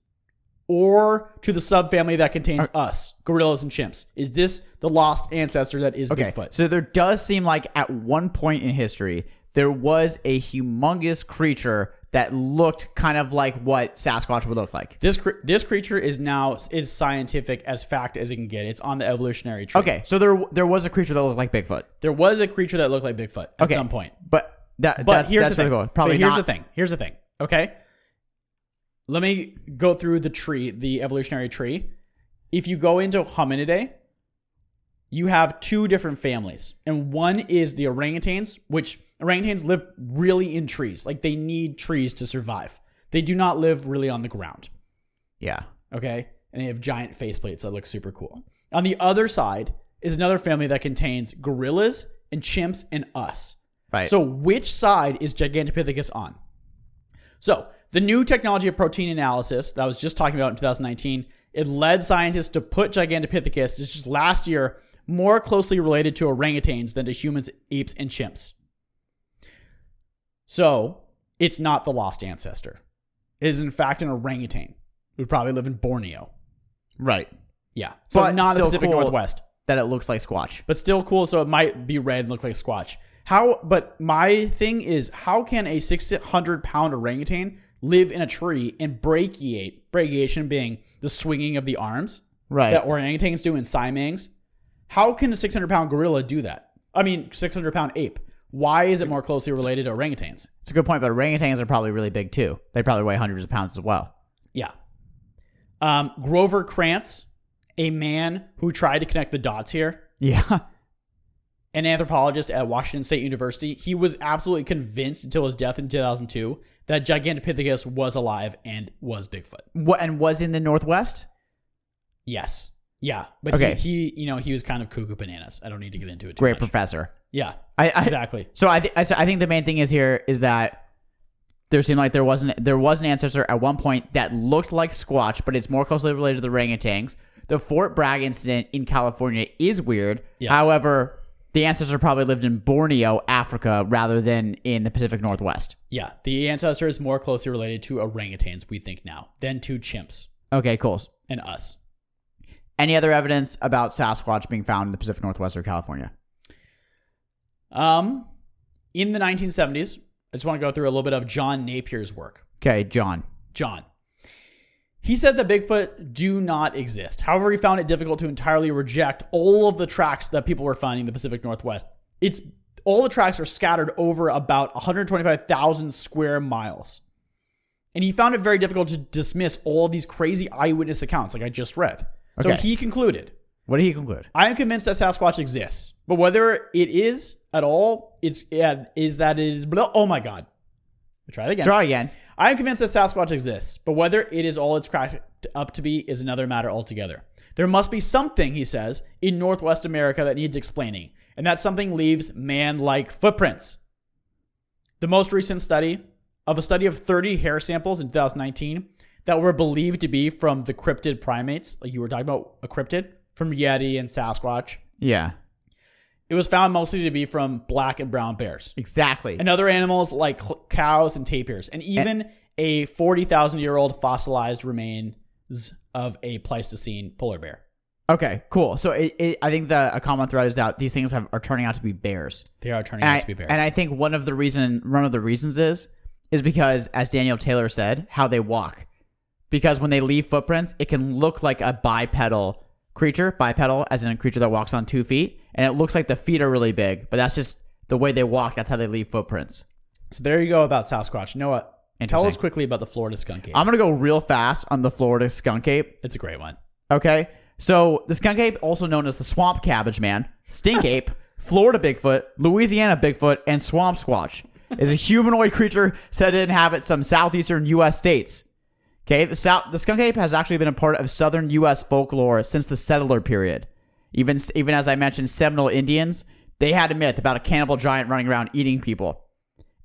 or to the subfamily that contains us, gorillas and chimps. Is this the lost ancestor that is
Okay.
Bigfoot?
So there does seem like at one point in history there was a humongous creature that looked kind of like what Sasquatch would look like.
This cr- this creature is now is scientific as fact as it can get. It's on the evolutionary tree.
Okay. So there there was a creature that looked like Bigfoot.
there was a creature that looked like Bigfoot at
Okay.
some point.
But that
But
that,
here's
that's
the thing.
really cool. Probably
but here's
not.
the thing. Here's the thing. Okay. Let me go through the tree, the evolutionary tree. If you go into hominidae, you have two different families, and one is the orangutans, which orangutans live really in trees. Like they need trees to survive. They do not live really on the ground.
Yeah.
Okay. And they have giant faceplates that look super cool. On the other side is another family that contains gorillas and chimps and us.
Right.
So which side is Gigantopithecus on? So the new technology of protein analysis that I was just talking about in 2019 It led scientists to put Gigantopithecus, this is last year, more closely related to orangutans than to humans, apes, and chimps. So it's not the lost ancestor. It is, in fact, an orangutan who probably live in Borneo.
Right.
Yeah. So
But
not the
still
Pacific
cool.
Northwest
That it looks like Squatch.
but still cool. So it might be red and look like Squatch. How? But my thing is, how can a six hundred pound orangutan live in a tree and brachiate? Brachiation being the swinging of the arms
Right.
that orangutans do in simangs. How can a six hundred pound gorilla do that? I mean, six hundred pound ape. Why is it more closely related to orangutans?
It's a good point, but orangutans are probably really big too. They probably weigh hundreds of pounds as well.
Yeah. Um, Grover Krantz, a man who tried to connect the dots here.
Yeah.
an anthropologist at Washington State University, he was absolutely convinced until his death in 2002 that Gigantopithecus was alive and was Bigfoot.
What and was in the northwest?
Yes. Yeah. But
Okay.
he, he, you know, he was kind of cuckoo bananas. I don't need to get into it too
Great
much.
professor.
yeah.
I, I
Exactly.
so I, th- I so I think the main thing is here is that there seemed like there wasn't there was an ancestor at one point that looked like Squatch, but it's more closely related to the orangutans. The Fort Bragg incident in California is weird.
Yeah.
However, the ancestor probably lived in Borneo, Africa, rather than in the Pacific Northwest.
Yeah. The ancestor is more closely related to orangutans, we think now, than to chimps
Okay, cool.
and us.
Any other evidence about Sasquatch being found in the Pacific Northwest or California?
Um, in the 1970s, I just want to go through a little bit of John Napier's work.
Okay, John.
John. He said that Bigfoot do not exist. However, he found it difficult to entirely reject all of the tracks that people were finding in the Pacific Northwest. It's all the tracks are scattered over about 125,000 square miles. And he found it very difficult to dismiss all of these crazy eyewitness accounts like I just read. So
Okay.
he concluded,
What did he conclude?
I am convinced that Sasquatch exists, but whether it is at all, it's yeah, is that it is blah, oh my god. Try it again.
Draw again.
I am convinced that Sasquatch exists, but whether it is all it's cracked up to be is another matter altogether. There must be something, he says, in Northwest America that needs explaining, and that something leaves man like footprints. The most recent study of a study of 30 hair samples in 2019 that were believed to be from the cryptid primates, like you were talking about, a cryptid, from Yeti and Sasquatch.
Yeah,
It was found mostly to be from black and brown bears
exactly.
and other animals like cl- cows and tapirs, and even a 40,000 year old fossilized remains of a Pleistocene polar bear.
Okay, cool. So it, it, I think the a common thread is that these things have, are turning out to be bears.
They are turning
And
out
I,
to be bears.
and I think one of the reason one of the reasons is is because as Daniel Taylor said, how they walk. Because when they leave footprints, it can look like a bipedal creature, bipedal as in a creature that walks on two feet, and it looks like the feet are really big, but that's just the way they walk. That's how they leave footprints.
so there you go about Sasquatch. Noah, tell
Interesting. Um,
us quickly about the Florida skunk ape.
I'm gonna go real fast on the Florida skunk ape.
it's a great one.
Okay. So the skunk ape, also known as the swamp cabbage man, stink ape, Florida Bigfoot, Louisiana Bigfoot, and swamp squatch, is a humanoid creature said to inhabit some southeastern U.S. states. Okay, the, sou- the skunk ape has actually been a part of southern U.S. folklore since the settler period. Even even as I mentioned, Seminole Indians they had a myth about a cannibal giant running around eating people.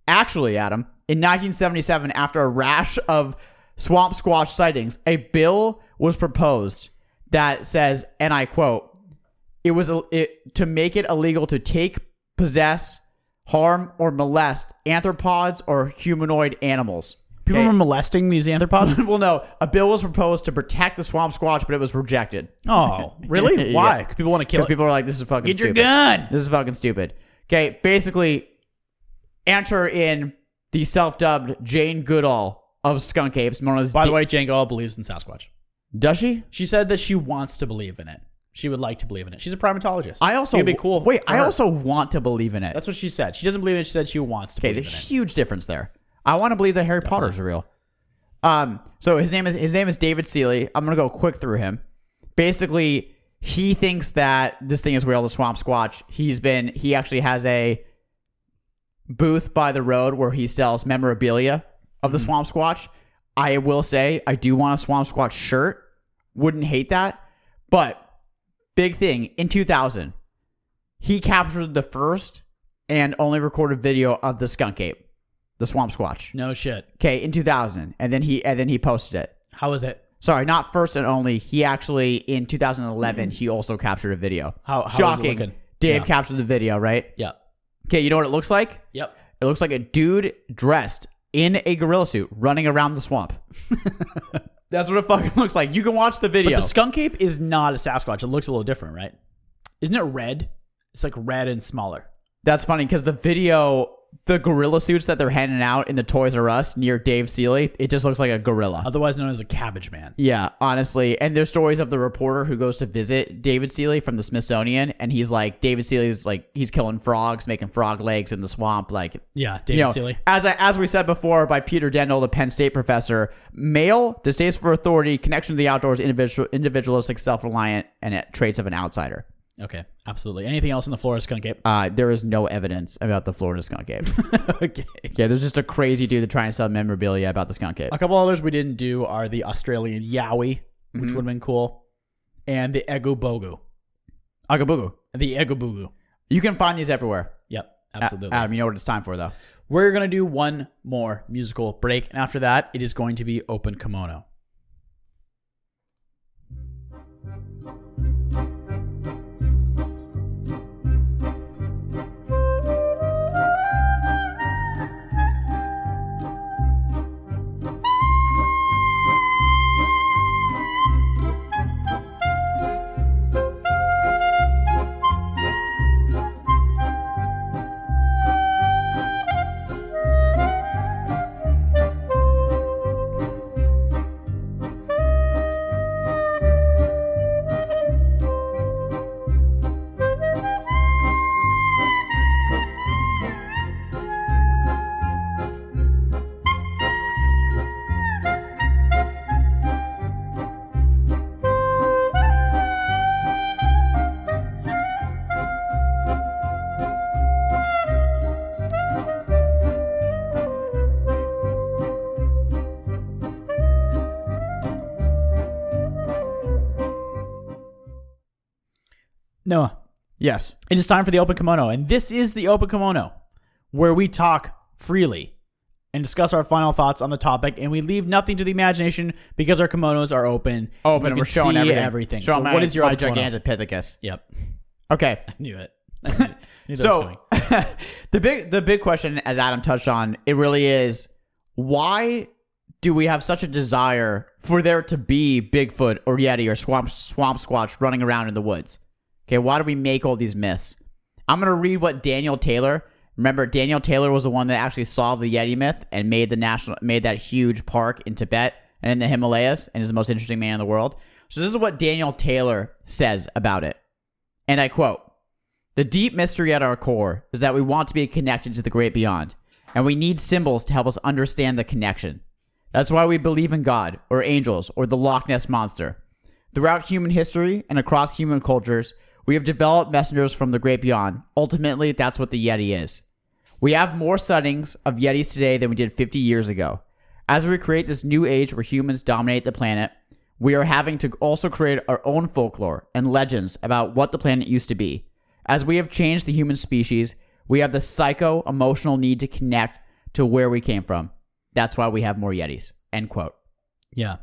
Actually, Adam, in 1977, after a rash of swamp squash sightings, a bill was proposed that says, and I quote, it was uh, it, to make it illegal to take, possess, harm, or molest anthropods or humanoid animals.
People
Okay.
were molesting these anthropods.
well, no, a bill was proposed to protect the swamp squash, but it was rejected
oh, really?
Yeah.
Why? 'Cause people want to kill
because
it.
people were like, "This is fucking
Get your
stupid.
gun.
This is fucking stupid." Okay, basically, enter in the self-dubbed Jane Goodall of Skunk Apes. Known as
By the
D-
way, Jane Goodall believes in Sasquatch.
does she?
She said that she wants to believe in it. She would like to believe in it. She's a primatologist.
I also
It'd be cool.
Wait,
for
I
her.
also want to believe in it.
That's what she said. She doesn't believe in it. She said she wants to
Okay,
believe
there's
in
a
it.
huge difference there. I want to believe that Harry Potter's real. Um, so his name is his name is David Seeley. I'm gonna go quick through him. Basically, he thinks that this thing is real, the Swamp Squatch. He's been he actually has a booth by the road where he sells memorabilia of the Swamp Squatch. I will say I do want a Swamp Squatch shirt. Wouldn't hate that. But big thing in 2000, he captured the first and only recorded video of the skunk ape, the swamp squatch.
No shit.
Okay, in 2000, and then he and then he posted it.
How is it?
Sorry, not first and only. He actually in 2011 he also captured a video.
How- how is it
shocking?
looking?
Dave
Yeah.
captured the video, right?
Yeah.
Okay, you know what it looks like?
Yep.
It looks like a dude dressed in a gorilla suit running around the swamp. That's what it fucking looks like. You can watch the
But
video.
the skunk ape is not a Sasquatch. It looks a little different, right? Isn't it red? It's like red and smaller.
That's funny because the video, the gorilla suits that they're handing out in the Toys R Us near Dave Seeley, it just looks like a gorilla.
Otherwise known as a cabbage man.
Yeah, honestly. And there's stories of the reporter who goes to visit David Seeley from the Smithsonian, and he's like, David Seeley's like, he's killing frogs, making frog legs in the swamp. Like,
Yeah, David
you know,
Seeley.
as, I, as we said before by Peter Dendel, the Penn State professor, male, distaste for authority, connection to the outdoors, individual, individualistic, self reliant, and uh, traits of an outsider.
Okay, absolutely. Anything else on the Florida skunk ape?
Uh, there is no evidence about the Florida skunk ape.
okay.
yeah, there's just a crazy dude that trying to sell memorabilia about the skunk ape.
A couple others we didn't do are the Australian Yowie, which would have been cool, and the Egobogu.
Agabugu.
The Egobogu.
You can find these everywhere.
Yep,
A-
absolutely.
Adam, you know what it's time for, though.
We're going to do one more musical break, and after that, it is going to be Open Kimono. Noah,
Yes.
it is time for the Open Kimono, and this is the Open Kimono, where we talk freely and discuss our final thoughts on the topic, and we leave nothing to the imagination because our kimonos are open. You
Open. and
can
Oh, We're showing
see
everything.
So
Showing my,
what is your
my
Open Kimono?
Gigantopithecus?
Yep,
Okay,
I knew it. I knew- I knew that was
so
coming.
the big the big question, as Adam touched on, it really is why do we have such a desire for there to be Bigfoot or Yeti or Swamp Swamp Squatch running around in the woods? Okay, why do we make all these myths? I'm gonna read what Daniel Taylor. Remember, Daniel Taylor was the one that actually solved the Yeti myth and made the national made that huge park in Tibet and in the Himalayas, and is the most interesting man in the world. So this is what Daniel Taylor says about it, and I quote. The deep mystery at our core is that we want to be connected to the great beyond, and we need symbols to help us understand the connection. That's why we believe in God, or angels, or the Loch Ness Monster. Throughout human history and across human cultures, we have developed messengers from the great beyond. Ultimately, that's what the Yeti is. We have more sightings of Yetis today than we did 50 years ago. As we create this new age where humans dominate the planet, we are having to also create our own folklore and legends about what the planet used to be. As we have changed the human species, we have the psycho emotional need to connect to where we came from. That's why we have more Yetis. End quote.
Yeah,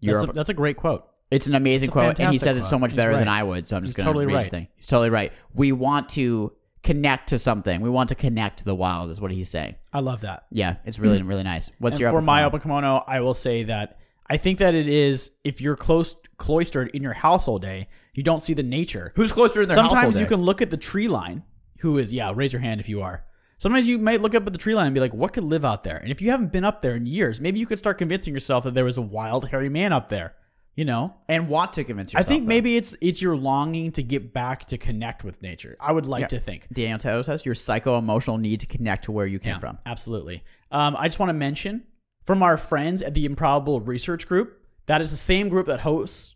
that's a,
Europe.
that's a great quote.
It's an amazing
a
quote, and he
fantastic
says it so
quote.
much
He's
better than
right.
I would. So I'm just
He's
going to
totally
read his
right.
thing. He's totally right. We want to connect to something. We want to connect to the wild, is what he's saying.
I love that.
Yeah, it's really really nice. What's
And
your
for
upper
my
final?
open kimono, I will say that I think that it is if you're close cloistered in your house all day, you don't see the nature.
Who's closer in their
Sometimes
household
you
there?
can look at the tree line. Who is? Yeah, raise your hand if you are. Sometimes you might look up at the tree line and be like, "What could live out there?" And if you haven't been up there in years, maybe you could start convincing yourself that there was a wild, hairy man up there. You know,
and want to convince
I
yourself.
think
though.
maybe it's it's your longing to get back to connect with nature. I would like to think.
Daniel Taylor says your psycho emotional need to connect to where you came
Yeah,
from.
Absolutely. Um, I just want to mention from our friends at the Improbable Research Group, that is the same group that hosts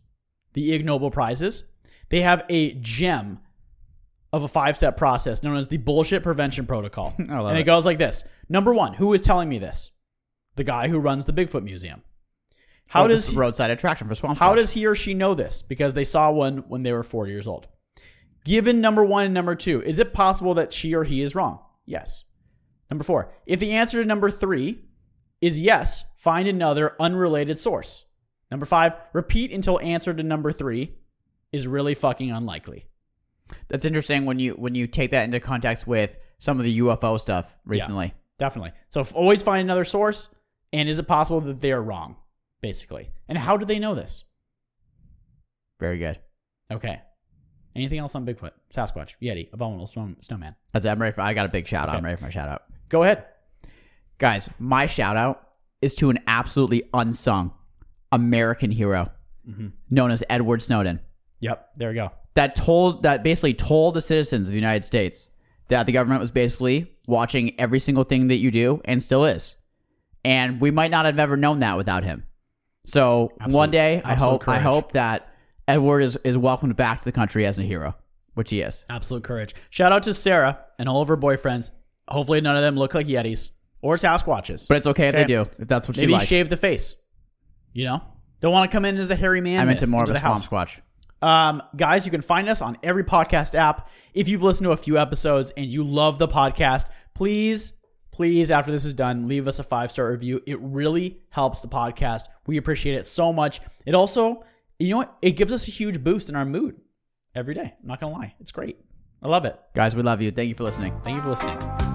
the Ig Nobel Prizes. They have a gem of a five step process known as the Bullshit Prevention Protocol.
I love
and it.
it.
goes like this Number one, who is telling me this? The guy who runs the Bigfoot Museum. How
Oh, this
does
is
he,
roadside attraction for swamp?
how
Squatch.
does he or she know this? Because they saw one when they were four years old. Given number one and number two, is it possible that she or he is wrong? Yes. Number four, if the answer to number three is yes, find another unrelated source. Number five, repeat until answer to number three is really fucking unlikely.
That's interesting when you when you take that into context with some of the UFO stuff recently.
Definitely. So f- always find another source. And is it possible that they are wrong, basically? And how do they know this?
Very good.
Okay. Anything else on Bigfoot, Sasquatch, Yeti, Abominable Snow- Snowman?
That's it. I'm ready for. I got a big shout out. I'm ready for my shout out,
Go ahead.
guys. My shout out is to an absolutely unsung American hero
Mm-hmm.
known as Edward Snowden.
Yep. There we go.
that told that basically told the citizens of the United States that the government was basically watching every single thing that you do and still is. And we might not have ever known that without him. So one day I
absolute
hope I
courage.
hope that Edward is, is welcomed back to the country as a hero, which he is.
Absolute courage. Shout out to Sarah and all of her boyfriends. Hopefully, none of them look like Yetis or Sasquatches.
But it's okay if
Okay.
they do, if that's what
Maybe
you like.
shave the face. You know? Don't want to come in as a hairy man.
I meant to
myth
more of
into
a
the house.
swamp squatch.
Um, guys, you can find us on every podcast app. If you've listened to a few episodes and you love the podcast, please, please, after this is done, leave us a five star review. It really helps the podcast. We appreciate it so much. It also, you know what? It gives us a huge boost in our mood every day. I'm not going to lie. It's great. I love it.
Guys, we love you. Thank you for listening.
Thank you for listening.